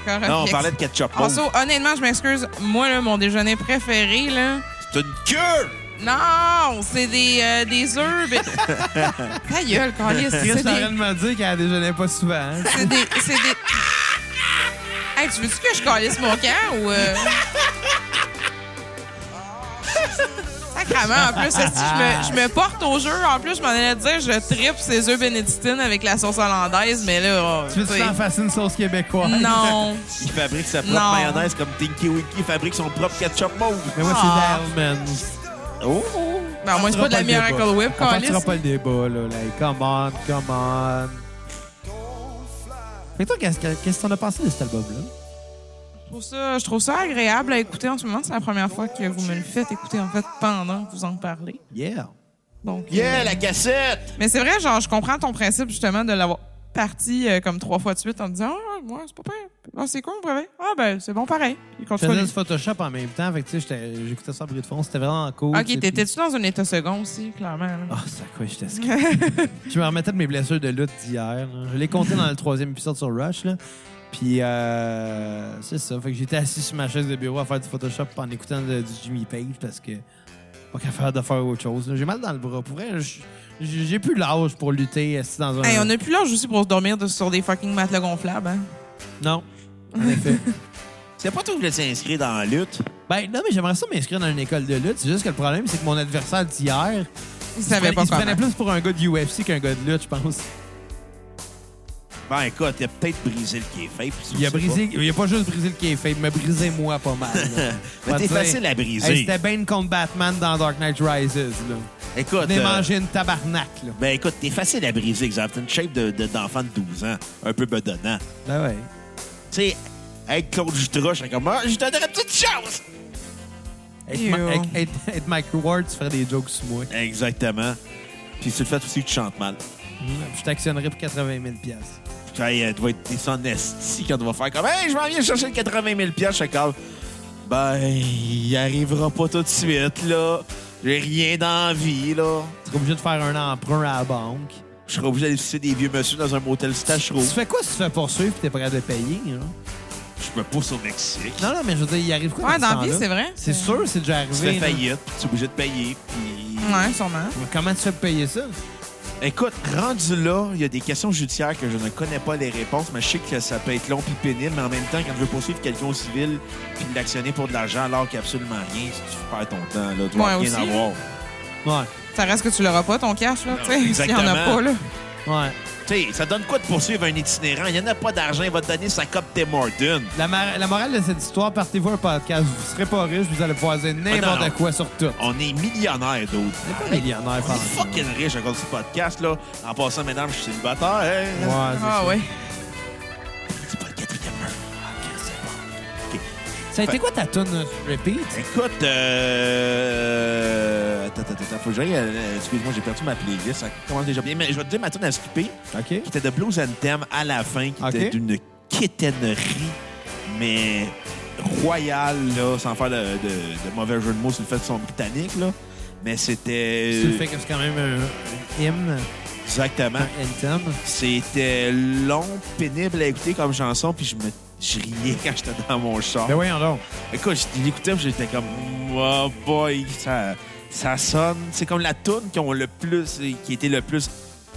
S4: Correct.
S1: Non, on parlait de ketchup.
S4: En
S1: mauve.
S4: saut, honnêtement, je m'excuse. Moi, là, mon déjeuner préféré, là...
S1: C'est une queue!
S4: Non, c'est des, euh, des œufs. ben- Ta gueule, Carlis.
S3: Chris,
S4: C'est
S3: t'es en train
S4: des...
S3: de me dire qu'elle déjeunait pas souvent. hein?
S4: C'est des... C'est des... Hey, tu veux-tu que je calisse mon camp ou... Euh... Sacrement, en plus, est-ce que je me, je me porte au jeu. En plus, je m'en allais dire, je tripe ces œufs bénédictines avec la sauce hollandaise, mais là... oh,
S3: Tu veux-tu
S4: t'sais.
S3: t'en fasser une sauce québécoise?
S4: Non.
S1: Il fabrique sa propre
S4: Non.
S1: mayonnaise comme Tinky Winky fabrique son propre ketchup mauve.
S3: Mais moi,
S4: Ah.
S3: c'est Dalman's.
S1: Oh!
S4: Ben, au moins, c'est pas de la Miracle Whip,
S3: On
S4: Carlis.
S3: partira pas le débat, là. Like, come on, come on. Mais toi, qu'est-ce que- qu'est-ce que t'en as pensé de cet album-là?
S4: Je trouve ça- Je trouve ça agréable à écouter en ce moment. C'est la première fois que vous me le faites écouter, en fait, pendant que vous en parlez.
S3: Yeah.
S4: Donc,
S1: Yeah,
S4: euh,
S1: la cassette!
S4: Mais c'est vrai, genre, je comprends ton principe, justement, de l'avoir parti euh, comme trois fois de suite en te disant Ah, ouais, c'est pas pire. Ah, c'est cool, brevet. Ah, ben, c'est bon pareil. Il
S3: Je faisais
S4: continue.
S3: du Photoshop en même temps, fait que, tu sais, j'étais- j'écoutais ça en bruit de fond, c'était vraiment cool. tu sais,
S4: Ok,
S3: puis-
S4: t'étais-tu dans un état second aussi, clairement? là?
S3: Ah, ça quoi, j'étais script. Je me remettais de mes blessures de lutte d'hier. là. Je l'ai compté dans le troisième épisode sur Rush, là. Puis, euh, c'est ça. Fait que j'étais assis sur ma chaise de bureau à faire du Photoshop en écoutant de- du Jimmy Page parce que pas capable de faire autre chose. là. J'ai mal dans le bras. Pour vrai, je- j'ai j'ai plus l'âge pour lutter assis dans un.
S4: Hey, on a plus l'âge aussi pour se dormir de- sur des fucking matelas gonflables. hein.
S3: Non. En effet.
S1: C'est pas toi qui voulais t'inscrire dans la lutte.
S3: ben, non, mais j'aimerais ça m'inscrire dans une école de lutte. C'est juste que le problème, c'est que mon adversaire d'hier,
S4: Ils
S3: il se
S4: savaient
S3: prenait-
S4: pas
S3: il se
S4: comment.
S3: prenait plus pour un gars de UFC qu'un gars de lutte, je pense.
S1: Ben écoute, il a peut-être brisé le café. puis tu
S3: Il a
S1: sais
S3: brisé, il a pas juste brisé le K-Fade, il m'a brisé moi pas mal. là.
S1: pas.
S3: Faut
S1: Mais t'es
S3: dire,
S1: facile à
S3: hey,
S1: briser.
S3: C'était Bane contre Batman dans Dark Knight Rises. Là.
S1: écoute,
S3: Venez
S1: euh,
S3: manger une tabarnak. Là.
S1: ben écoute, t'es facile à briser, exemple. T'as une shape de- de- d'enfant de, 12 ans, un peu bedonnant.
S3: Ben ouais.
S1: Tu sais, avec Claude Jutras, je serais comme, ah, je te donnerais une petite chance!
S3: Être, Ma-
S4: Ew.
S3: être- être- être Mike Ward, tu ferais des jokes sur moi.
S1: Exactement. Puis sur le fait aussi que tu chantes mal. Mm-hmm.
S3: Je t'actionnerai pour 80 000 piastres.
S1: Hey, euh, tu vas être déçu en esti quand on va faire comme Hey, je m'en viens chercher le 80 000 piastres, je fais comme Ben, il arrivera pas tout de suite, là. J'ai rien d'envie, là.
S3: Tu seras obligé de faire un emprunt à la banque.
S1: Je serai obligé d'aller visiter des vieux monsieur dans un motel
S3: Tu
S1: stachereau.
S3: fais quoi si tu te fais poursuivre et t'es prêt de payer? hein?
S1: Je me pousse au Mexique.
S3: Non, non, mais je veux dire, il arrive quoi
S4: Ouais,
S3: dans, ce
S4: dans la vie,
S3: temps-là?
S4: c'est vrai.
S3: C'est sûr, c'est déjà arrivé.
S1: Tu fais
S3: là.
S1: faillite, puis tu es obligé de payer, puis.
S4: Ouais, sûrement.
S3: Comment tu fais pour payer ça?
S1: Écoute, rendu là, il y a des questions judiciaires que je ne connais pas les réponses, mais je sais que ça peut être long puis pénible, mais en même temps, quand tu veux poursuivre quelqu'un au civil puis l'actionner pour de l'argent alors qu'il n'y a absolument rien, si tu perds ton temps, là, tu vas
S4: Ouais,
S1: rien
S4: aussi.
S1: avoir.
S3: Ouais,
S4: Ça reste que tu l'auras pas, ton cash, là,
S1: Non,
S4: tu sais. S'il y en a
S1: exactement.
S4: pas, là.
S3: ouais.
S1: Tu sais, ça donne quoi de poursuivre un itinérant? Il n'y en a pas d'argent, il va te donner sa copte des Morton.
S3: La, mar- la morale de cette histoire, partez-vous un podcast. Vous serez pas riche, vous allez pouvoir dire n'importe
S1: Ah, non.
S3: quoi sur tout.
S1: On est millionnaire d'autres.
S3: C'est pas millionnaire,
S1: On est
S3: par
S1: fucking riche à cause de ce podcast, là. En passant, mesdames, je suis célibataire.
S3: Ouais,
S1: hein?
S3: c'est
S4: Ah
S3: ça.
S4: ouais.
S1: C'est pas le quatrième mur. Ok, c'est bon.
S3: Ça a été quoi ta tune euh, repeat?
S1: Écoute, euh... Attends, attends, attends, faut que j'aille... euh, Excuse-moi, j'ai perdu ma playlist, ça commence déjà bien. Mais je vais te dire ma tune à skipper,
S3: OK.
S1: qui était de Blues and Theme à la fin, qui
S3: Ok.
S1: était d'une quétainerie, mais royale, là, sans faire de, de- de mauvais jeu de mots sur le fait qu'ils sont britanniques, là. Mais c'était...
S3: Tu le fait que c'est quand même un, un hymne,
S1: Exactement.
S3: un anthem.
S1: Ah. C'était long, pénible à écouter comme chanson, puis je me... Je riais quand j'étais dans mon char.
S3: Ben voyons donc.
S1: Écoute, je l'écoutais puis j'étais comme Oh boy, ça, ça sonne. C'est comme la tune qui ont le plus qui était le plus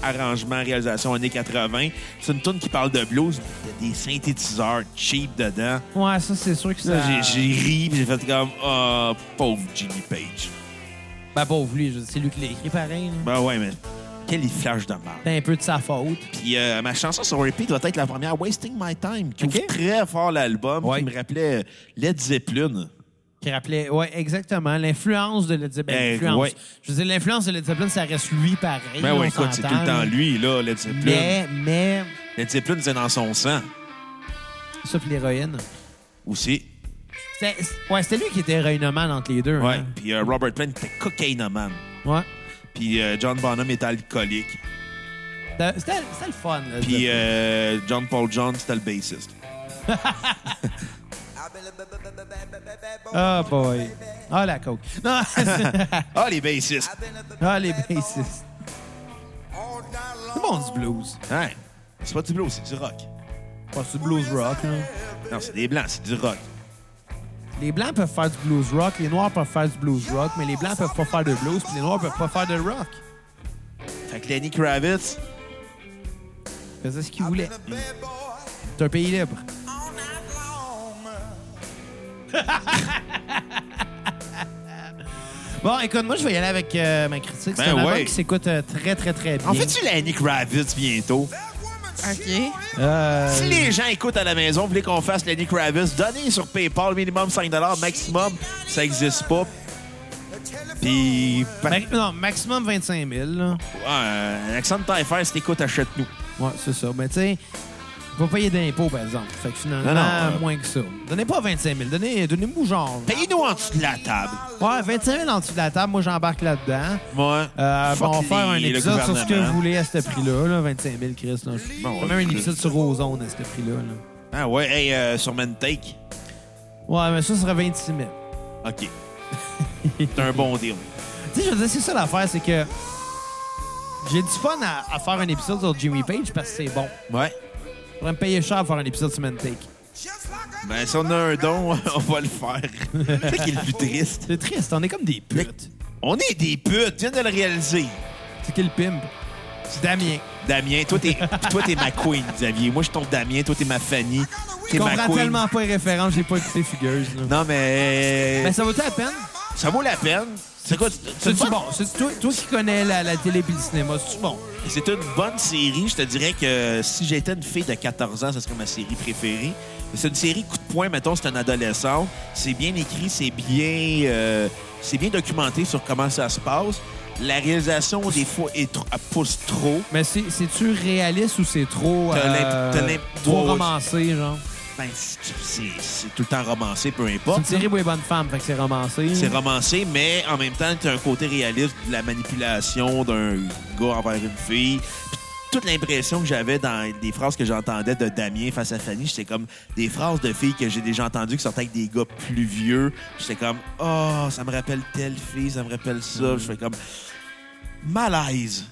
S1: arrangement, réalisation années 80. C'est une tune qui parle de blues, il y a des synthétiseurs cheap dedans.
S3: Ouais, ça, c'est sûr que ça...
S1: Là, j'ai- j'ai ri, puis j'ai fait comme Ah, pauvre Jimmy Page.
S3: Ben pauvre lui, je- c'est lui qui l'a écrit pareil. là.
S1: Ben ouais, mais quel flash de merde.
S3: C'est un peu de sa faute.
S1: Puis euh, ma chanson sur repeat doit être la première Wasting My Time qui
S3: Ok.
S1: ouvre très fort l'album,
S3: Ouais.
S1: qui me rappelait Led Zeppelin.
S3: Qui rappelait, ouais, exactement, l'influence de Led Zeppelin.
S1: Ben,
S3: L'influence.
S1: ouais.
S3: Je veux dire, l'influence de Led Zeppelin, ça reste lui pareil.
S1: Ben
S3: on
S1: ouais, écoute, c'est tout le
S3: s'entend,
S1: temps
S3: là.
S1: lui là, Led Zeppelin.
S3: Mais, mais,
S1: Led Zeppelin c'est dans son sang.
S3: sauf l'héroïne.
S1: aussi.
S3: C'était- Ouais, c'était lui qui était héroïnomane entre les deux.
S1: Ouais.
S3: hein.
S1: Puis euh, Robert Plant était cocaïnoman.
S3: Ouais.
S1: Puis euh, John Bonham était alcoolique.
S3: C'était c'était le fun. là,
S1: Puis
S3: de-
S1: euh, John Paul Jones c'était le bassiste.
S3: Ah, boy. Ah, la coke. Non,
S1: Ah, les bassistes!
S3: ah, les bassistes. C'est bon du blues.
S1: Hein? C'est pas du blues, c'est du rock.
S3: Pas du blues rock. là.
S1: Non, c'est des blancs, c'est du rock.
S3: Les blancs peuvent faire du blues rock, les noirs peuvent faire du blues rock, mais les blancs peuvent pas faire de blues, puis les noirs peuvent pas faire de rock.
S1: Fait que Lenny Kravitz,
S3: Ils faisaient ce qu'ils voulaient. C'est un pays libre. Bon, écoute, moi, je vais y aller avec euh, ma
S1: Ben
S3: critique. C'est un album
S1: ouais.
S3: qui s'écoute euh, très, très, très bien.
S1: en fait-tu Lenny Kravitz bientôt?
S4: OK.
S3: Euh,
S1: Si les gens écoutent à la maison, vous voulez qu'on fasse Lenny Kravitz, donnez sur PayPal minimum 5 maximum, ça existe pas. Puis, pa-
S3: ma- non, maximum 25 000. là.
S1: Ouais, Alexandre Taillefer, si t'écoutes, achète-nous.
S3: Ouais, c'est ça. Mais tu sais, faut pas payer d'impôts, par exemple. Fait que
S1: Non,
S3: finalement,
S1: non, euh,
S3: moins que ça. Donnez pas 25 000. Donnez- Donnez-moi genre.
S1: Payez-nous en dessous de la table.
S3: Ouais, 25 000 en dessous de la table. Moi, j'embarque là-dedans.
S1: Ouais.
S3: Euh,
S1: Fuck
S3: bon, on va
S1: les-
S3: faire un
S1: le
S3: épisode sur ce que
S1: gouvernement.
S3: vous voulez à ce prix-là. là, 25 000, Chris. Là. Je-
S1: Bon,
S3: Quand même un
S1: écoute.
S3: épisode sur Ozone à ce prix-là. là.
S1: Ah ouais, hey, euh, sur Take.
S3: Ouais, mais ça serait 26 000.
S1: OK. C'est un bon deal.
S3: Tu sais, je veux dire, c'est ça l'affaire, c'est que j'ai du fun à, à faire un épisode sur Jimmy Page parce que c'est bon.
S1: Ouais.
S3: Je pourrais me payer cher pour faire un épisode sur Take.
S1: Ben, si on a un don, on va le faire. C'est ça qui est le plus triste.
S3: C'est triste, on est comme des putes.
S1: On est des putes, viens de le réaliser.
S3: C'est qui le pimp? C'est Damien.
S1: Damien, toi, t'es pis toi, t'es ma queen, Xavier. Moi, je tombe Damien, toi, t'es ma Fanny. T'es
S3: Je
S1: ma
S3: comprends
S1: queen.
S3: tellement pas les références, j'ai pas écouté Figures. là.
S1: Non, mais.
S3: Mais ça vaut la peine?
S1: ça vaut la peine. C'est quoi? c'est- C'est une
S3: C'est-tu
S1: bonne-
S3: bon? C'est toi, toi qui connais la, la télé et le cinéma, c'est-tu bon?
S1: C'est une bonne série. Je te dirais que si j'étais une fille de 14 ans, ça serait ma série préférée. Mais C'est une série coup de poing, mettons, c'est un adolescent. C'est bien écrit, c'est bien, euh, c'est bien documenté sur comment ça se passe. La réalisation, des fois, est tr- elle pousse trop.
S3: Mais c'est- c'est-tu réaliste ou c'est trop,
S1: T'as l'im-
S3: euh,
S1: t'as l'im-
S3: trop
S1: Ouais, ouais.
S3: romancé, genre?
S1: ben, c'est- c'est c'est tout le temps romancé, peu
S3: C'est une
S1: importe.
S3: série où les bonnes femmes, fait que c'est romancé.
S1: C'est romancé, mais en même temps, tu as un côté réaliste de la manipulation d'un gars envers une fille. Puis Toute l'impression que j'avais dans les phrases que j'entendais de Damien face à Fanny, c'était comme des phrases de filles que j'ai déjà entendues qui sortaient avec des gars plus vieux. J'étais comme, oh, ça me rappelle telle fille, ça me rappelle ça. Je fais comme, malaise.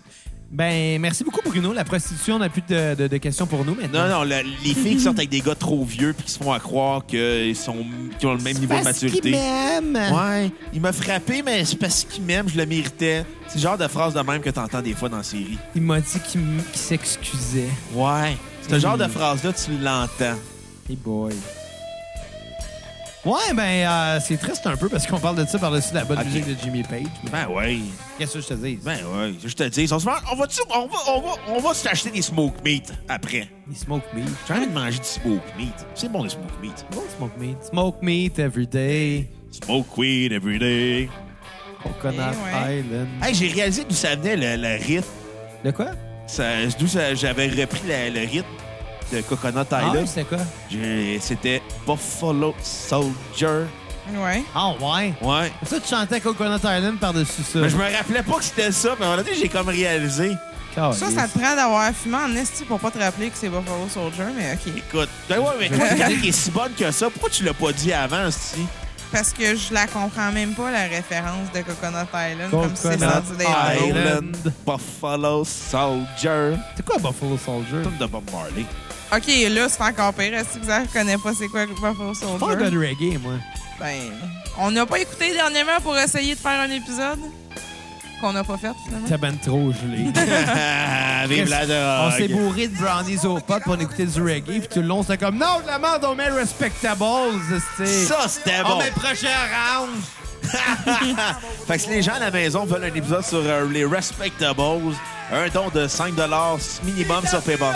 S3: Ben, merci beaucoup, Bruno. La prostitution, on n'a plus de, de- de questions pour nous maintenant.
S1: Non, non, la- les filles qui sortent avec des gars trop vieux puis qui se font à croire qu'ils sont, qu'ils ont le même niveau de maturité.
S3: Hein?
S1: Ouais, il m'a frappé, mais c'est parce qu'il m'aime, je le méritais. C'est le genre de phrase de même que t'entends des fois dans la série.
S3: Il m'a dit qu'il m- qu'il s'excusait.
S1: Ouais. Ce genre de
S3: Mm.
S1: phrase-là, tu l'entends.
S3: Hey boy. Ouais, ben, euh, c'est triste un peu parce qu'on parle de ça par-dessus la bonne
S1: Ok.
S3: musique de Jimmy Page. mais
S1: Ben ouais.
S3: Qu'est-ce que je te dis?
S1: Ben ouais. Je te dis, on, se mange- on va, on va, on va, on va s'acheter des smoke meat après.
S3: Il smoke meat.
S1: J'ai envie de manger du smoke meat. C'est bon, le smoke meat.
S3: Bon, smoke meat. Smoke meat every day.
S1: Smoke weed every day.
S3: Coconut
S4: Eh ouais.
S3: Island.
S1: Hey, j'ai réalisé d'où ça venait le, le rythme.
S3: De quoi?
S1: Ça- D'où ça- j'avais repris la- le rythme de Coconut
S3: Ah,
S1: Island.
S3: c'était quoi?
S1: J'ai- C'était Buffalo Soldier.
S4: Ouais.
S3: Ah, ouais.
S1: Ouais.
S3: Ça, tu chantais Coconut Island par-dessus ça.
S1: Mais je me rappelais pas que c'était ça, mais à un moment donné, j'ai comme réalisé.
S4: Ça, ça te prend d'avoir fumé en esti pour pas te rappeler que c'est Buffalo Soldier, mais OK.
S1: Écoute, ben ouais, mais toi, quand elle est si bonne que ça, pourquoi tu l'as pas dit avant, si?
S4: Parce que je la comprends même pas, la référence de Coconut Island, comme si c'est
S3: Coconut
S4: sorti des
S3: Island.
S4: robots.
S1: Island Buffalo Soldier.
S3: C'est quoi Buffalo Soldier?
S1: Tune de Bob Marley.
S4: OK, là, c'est encore pire. Est-ce que vous connaissez pas c'est quoi Buffalo
S3: Pas un gars
S4: Soldier?
S3: de reggae, moi.
S4: Ben, on n'a pas écouté dernièrement pour essayer de faire un épisode qu'on n'a pas fait, finalement.
S3: T'as ben trop gelé.
S1: Vive la
S4: Ah,
S3: On s'est
S1: drogue.
S3: bourré de brownies au pot pour écouter du reggae, puis tout le long, c'était comme Non, de la merde, on met respectables, c'est.
S1: Ça, c'était
S3: On
S1: bon.
S3: met prochain round.
S1: Fait que si les gens à la maison veulent un épisode sur euh, les Respectables, un don de 5 minimum sur PayPal.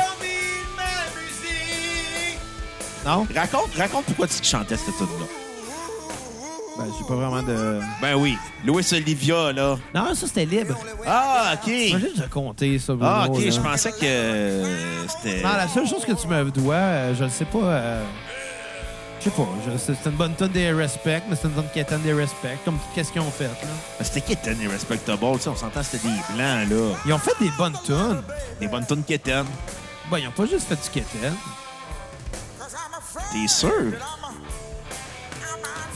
S3: Non?
S1: Raconte, raconte pourquoi tu chantais cette tune-là.
S3: Ben, j'ai pas vraiment de.
S1: Ben oui, Louis Olivia, là.
S3: Non, ça, c'était libre.
S1: Ah, OK.
S3: Moi, j'ai déjà compté ça, Bruno.
S1: Ah, ok,
S3: là.
S1: je pensais que euh, c'était.
S3: Non, la seule chose que tu me dois, euh, je le sais pas. euh, Je sais pas, je- c'est c'est une bonne tonne des respects, mais c'est une tonne qui étonne des respects, comme tout qu'est-ce qu'ils ont fait. Là.
S1: euh, C'était qui était les Respectables? tu sais, on s'entend, c'était des blancs, là.
S3: Ils ont fait des bonnes tonnes.
S1: Des bonnes tunes qui étaient.
S3: Ben, ils ont pas juste fait du quétaine.
S1: T'es sûr?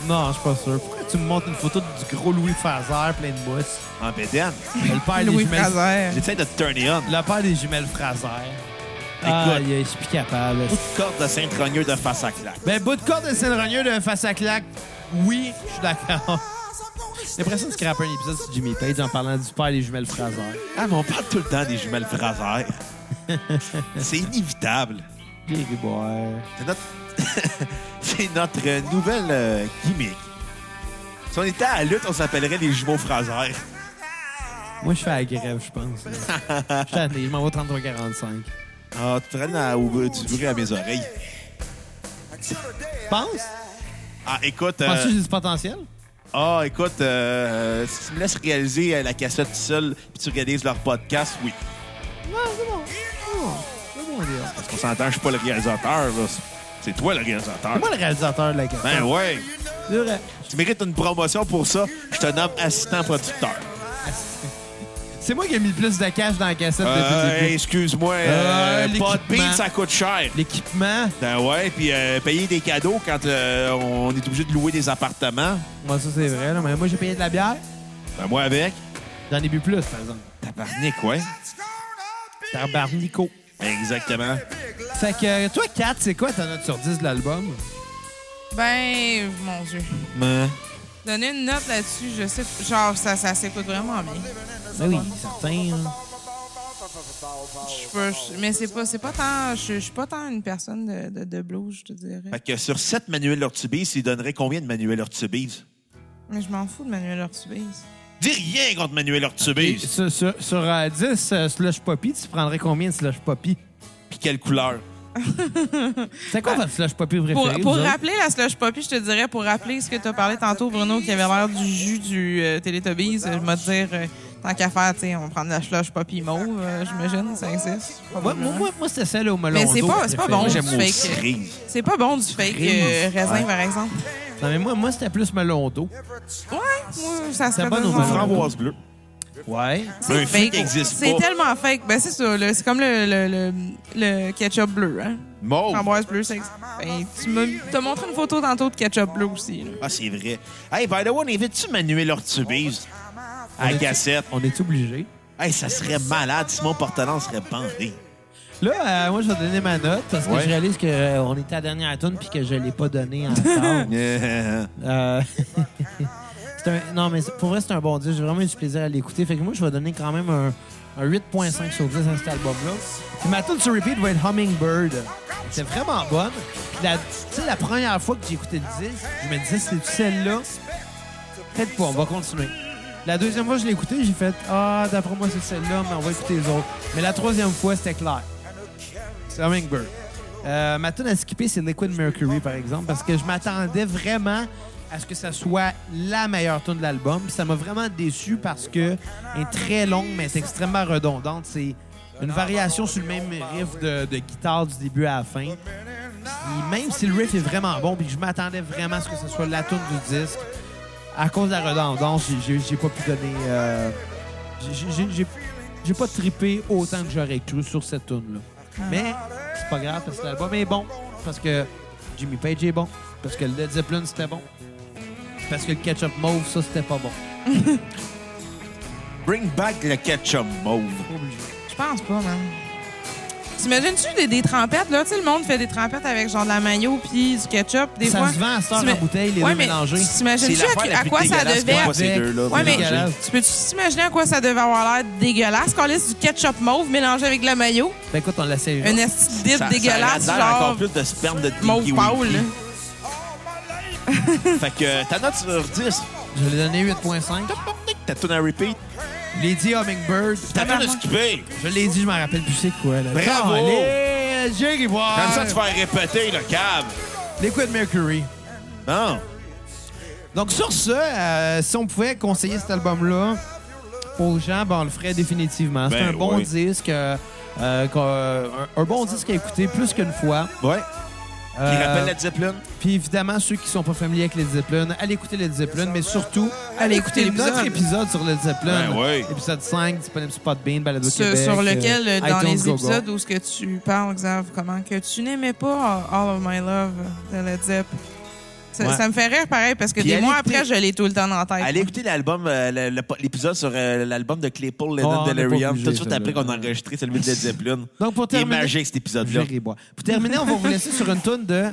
S3: Non, je suis pas sûr. Pourquoi tu me montres une photo du gros Louis Fazer plein de mousse?
S1: En bédaine.
S3: Le père des
S4: Louis
S3: jumelles-
S4: Fraser.
S1: J'essaie de te turner on.
S3: Le père des jumelles Fraser. Ah, je suis plus capable.
S1: Coup de corde de Saint-Rogneux de face à claque.
S3: Ben, bout de corps de Saint-Rogneux de face à claque, oui, je suis d'accord. J'ai l'impression de scraper un épisode sur Jimmy Page en parlant du père des jumelles Fraser.
S1: Ah, mais on parle tout le temps des jumelles Fraser. C'est inévitable.
S3: Grégoire.
S1: C'est notre. C'est notre nouvelle euh, gimmick. Si on était à la lutte, on s'appellerait les jumeaux Fraser.
S3: Moi, je fais la grève, je pense. là. Je suis tanné, je m'en vais au 33-45.
S1: Ah, tu traînes à- au du bruit à mes oreilles.
S3: Tu penses?
S1: Ah, écoute. euh,
S3: Penses-tu que j'ai du potentiel?
S1: Ah, écoute, euh, euh, si tu me laisses réaliser euh, la cassette tout seul puis tu réalises leur podcast, oui.
S3: Non, c'est bon. C'est bon. Oh, C'est bon, Léa.
S1: Parce qu'on s'entend, je suis pas le réalisateur, là. C'est toi le réalisateur.
S3: C'est moi le réalisateur de la carte.
S1: Ben ouais.
S3: C'est vrai.
S1: Tu mérites une promotion pour ça. Je te nomme assistant producteur.
S3: C'est moi qui ai mis le plus de cash dans la cassette depuis
S1: Euh,
S3: le début.
S1: excuse-moi, euh,
S3: Euh,
S1: pas de
S3: l'équipement.
S1: beat, ça coûte cher.
S3: L'équipement,
S1: Ben ouais, puis euh, payer des cadeaux quand euh, on est obligé de louer des appartements.
S3: moi ça c'est vrai, là, mais moi j'ai payé de la bière,
S1: Ben moi avec.
S3: j'en ai bu plus par exemple.
S1: Tabarnak, ouais.
S3: Tabarnico.
S1: Exactement.
S3: Fait que euh, toi 4, c'est quoi ta note sur 10 de l'album?
S4: Ben, mon Dieu.
S1: Ben,
S4: Donner une note là-dessus, je sais. Genre, ça, ça s'écoute vraiment bien.
S3: Ben oui, certain. hein.
S4: Je peux- je- mais c'est pas, c'est pas tant. Je, je suis pas tant une personne de, de, de blues, je te dirais.
S1: Fait que sur 7 manuels Ortubise, il donnerait combien de manuels Ortubise?
S4: Mais je m'en fous de Manuel Ortubise.
S1: Dis rien contre Manuel Ortubis.
S3: Et Sur, sur, sur, euh, 10 euh, slush poppy, tu prendrais combien de slush poppy?
S1: Puis quelle couleur?
S3: C'est
S1: Ben.
S3: quoi votre slush poppy
S4: Pour,
S3: préféré?
S4: pour
S3: vous autres?
S4: rappeler la slush poppy, je te dirais, pour rappeler ce que tu as parlé tantôt, Bruno, qui avait l'air du jus du euh, Teletubbies, euh, je vais te dire euh, Tant qu'à faire, tu sais, on va prendre la slush Poppy Mauve, euh, j'imagine, ça existe.
S3: Moi, moi, moi, moi, c'était celle au melon
S4: Mais c'est
S3: d'eau
S4: pas-
S3: que
S4: c'est pas
S3: j'ai
S4: bon.
S1: Moi,
S3: préférée.
S1: j'aime
S4: du
S1: aux
S4: fake.
S1: cerises.
S4: C'est pas bon du fake euh, raisin, par exemple.
S3: Non, mais moi, moi c'était plus melon d'eau.
S4: Ouais, moi, ça
S3: C'est
S4: serait
S3: bon
S4: bon.
S3: au
S1: Une
S3: melon.
S1: framboise bleue.
S3: Ouais.
S1: Un fake existe
S4: C'est
S1: pas.
S4: tellement fake. Ben, c'est ça, là, c'est comme le, le, le, le ketchup bleu, hein.
S1: Mauve.
S4: Framboise bleue, ça existe. Ben, tu m'as t'as montré une photo tantôt de ketchup bleu aussi, là.
S1: Ah, c'est vrai. Hey, by the way, on invite-tu Manuel Ortubise à la cassette?
S3: On est obligé.
S1: Hey, ça serait malade. Simon Portelance serait bandé.
S3: Là, euh, moi, je vais donner ma note parce que
S1: Ouais.
S3: je réalise qu'on était à la dernière tune puis que je ne l'ai pas donnée encore. Euh, c'est un- non, mais c'est- pour vrai, c'est un bon disque. J'ai vraiment eu du plaisir à l'écouter. Fait que moi, je vais donner quand même un, un 8.5 sur 10 à cet album-là. Puis ma tune sur repeat va être Hummingbird. C'est vraiment bonne. Puis la, tu sais, la première fois que j'ai écouté le disque, je me disais, c'est celle-là. Peut-être pas, on va continuer. La deuxième fois que je l'ai écouté, j'ai fait Ah, d'après moi, c'est celle-là, mais on va écouter les autres. Mais la troisième fois, c'était clair. C'est Hummingbird. Euh, ma tune à skipper, c'est Liquid Mercury, par exemple, parce que je m'attendais vraiment à ce que ça soit la meilleure tune de l'album. Puis Ça m'a vraiment déçu parce que elle est très longue, mais c'est extrêmement redondante. C'est une variation sur le même riff de, de guitare du début à la fin. Puis même si le riff est vraiment bon, puis que je m'attendais vraiment à ce que ce soit la tune du disque, à cause de la redondance, j'ai- j'ai j'ai pas pu donner. euh, j'ai- j'ai- j'ai- J'ai pas trippé autant que j'aurais cru sur cette tune-là. Mais c'est pas grave parce que l'album est bon, parce que Jimmy Page est bon, parce que Led Zeppelin c'était bon, parce que le ketchup mauve, ça c'était pas bon.
S1: Bring back le ketchup mauve.
S3: Pas obligé.
S4: Je pense pas, man. T'imagines-tu des, des trempettes, là? Tu sais, le monde fait des trempettes avec genre de la mayo puis du ketchup, des
S3: ça
S4: fois.
S3: se vend à cette heure
S4: T'ima-
S3: en bouteille, les
S4: Ouais,
S3: deux
S4: mais
S3: mélangés.
S4: tu
S1: C'est
S4: T'imagines-tu
S1: l'affaire la
S4: à, à
S1: plus
S4: quoi ça
S1: dégueulasse qu'on
S4: devait...
S1: voit, ces
S3: avec-
S1: deux-là.
S4: Ouais, mais-
S1: mélangés.
S4: Tu peux-tu t'imaginer à quoi ça devait avoir l'air dégueulasse qu'on laisse du ketchup mauve mélangé avec de la mayo?
S3: Ben écoute, on l'essaye.
S1: e-
S4: Un esti de dip
S1: Ça- ça
S4: dégueulasse,
S1: a l'air
S4: genre
S1: encore plus de sperme de
S4: mauve
S1: Tinky
S4: pâle.
S1: Winky.
S4: là.
S1: Fait que euh, ta note sur 10,
S3: Je l'ai donné 8.5.
S1: ta tune à repeat,
S3: Je l'ai dit Hummingbird.
S1: ta tune à skipper.
S3: Je l'ai dit, je m'en rappelle plus c'est quoi. Là.
S1: Bravo!
S3: Allez,
S1: Comme ça, tu vas répéter le câble.
S3: Liquid Mercury.
S1: Non.
S3: Donc sur ce, euh, si on pouvait conseiller cet album-là aux gens, ben, on le ferait définitivement. C'est
S1: Ben
S3: un bon
S1: oui.
S3: disque, euh, euh, qu'on- un, un bon disque à écouter plus qu'une fois.
S1: Ouais. Qui
S3: Euh,
S1: rappelle la Zeppelin.
S3: Puis évidemment, ceux qui sont pas familiers avec les Zeppelin, allez écouter les Zeppelin, mais surtout, allez écouter
S4: écouter
S3: notre
S4: l'épisode.
S3: épisode sur les Zeppelin.
S1: Ben oui.
S3: Épisode 5, disponible sur Podbean, Balado
S4: Ce-
S3: Québec,
S4: sur
S3: euh,
S4: lequel, euh, dans
S3: iTunes,
S4: les
S3: Google.
S4: épisodes où ce que tu parles, Xav, comment que tu n'aimais pas All of My Love de Led Zepp. Ça,
S3: Ouais.
S4: ça me fait rire pareil parce que
S1: Puis
S4: des
S1: allez
S4: mois
S1: écouter-
S4: après, je l'ai tout le temps en tête.
S1: Allez écouter l'album, euh, le- le- l'épisode sur euh, l'album de Claypool, Lennon,
S3: Oh, on n'est pas
S1: Delirium,
S3: obligé,
S1: tout de suite
S3: celle-là.
S1: après qu'on a enregistré celui de Led Zeppelin.
S3: Donc pour
S1: Il est
S3: terminer,
S1: magique, cet épisode-là.
S3: Jérébois. pour terminer, on va vous laisser sur une tune de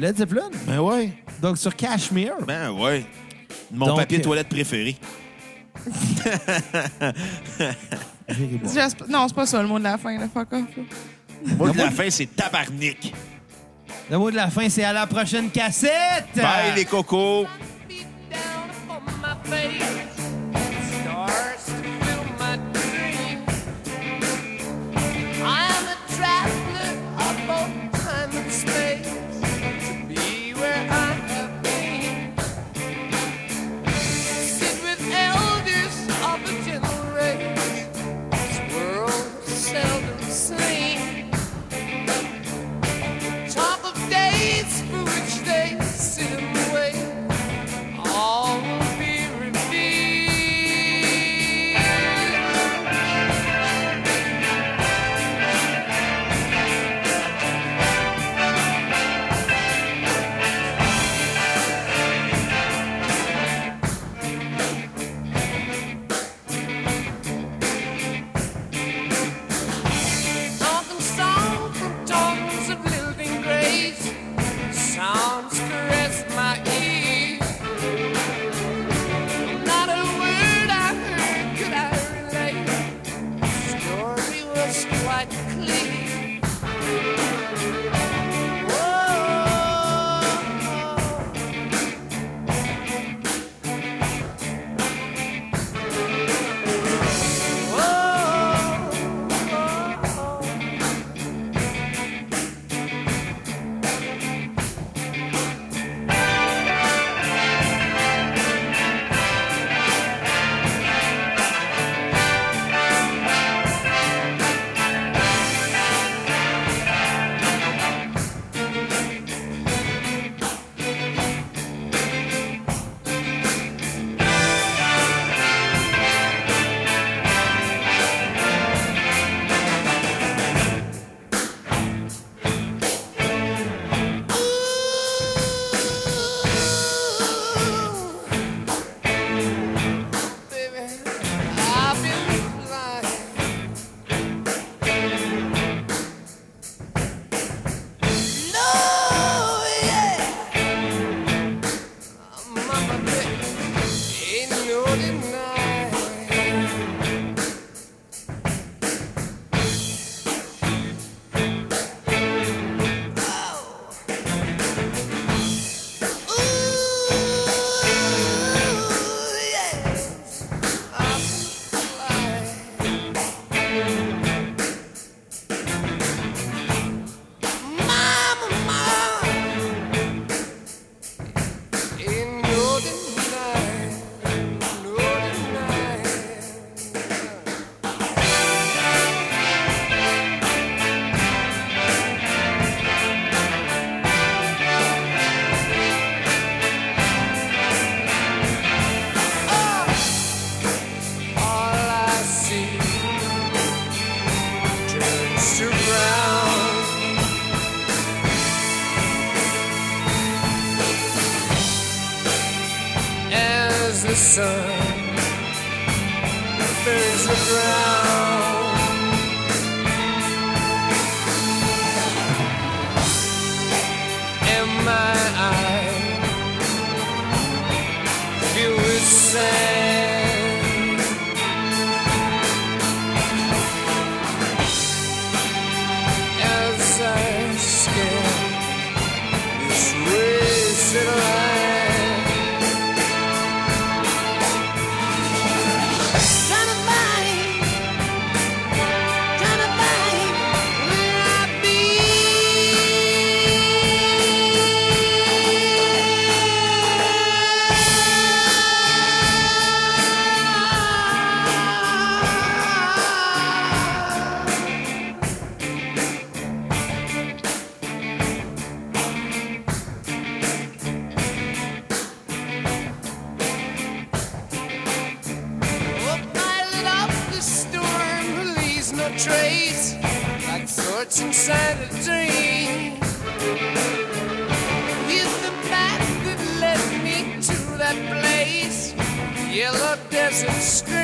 S3: Led Zeppelin.
S1: Ben ouais.
S3: Donc sur Cashmere.
S1: Ben ouais. Mon
S3: Donc,
S1: papier
S3: euh,
S1: toilette préféré.
S3: Jérébois.
S4: J'espère- Non, c'est pas ça le mot de la fin, là, fuck off. là.
S1: Moi, de la fin, c'est tabarnik.
S3: Le mot de la fin, c'est à la prochaine cassette!
S1: Bye, les cocos.
S5: Stars to fill my dream. I'm a traveler of both time and space to be where I have been. Sit with elders of a gentle race, this world seldom seen. Talk of days for which they sit and wait all will be revealed. the sun, there's the ground. In my eye, filled with sand. As I scan this wasted land. Trace like thoughts inside a dream. Is the path that led me to that place? Yellow desert screen. Oh, Oh,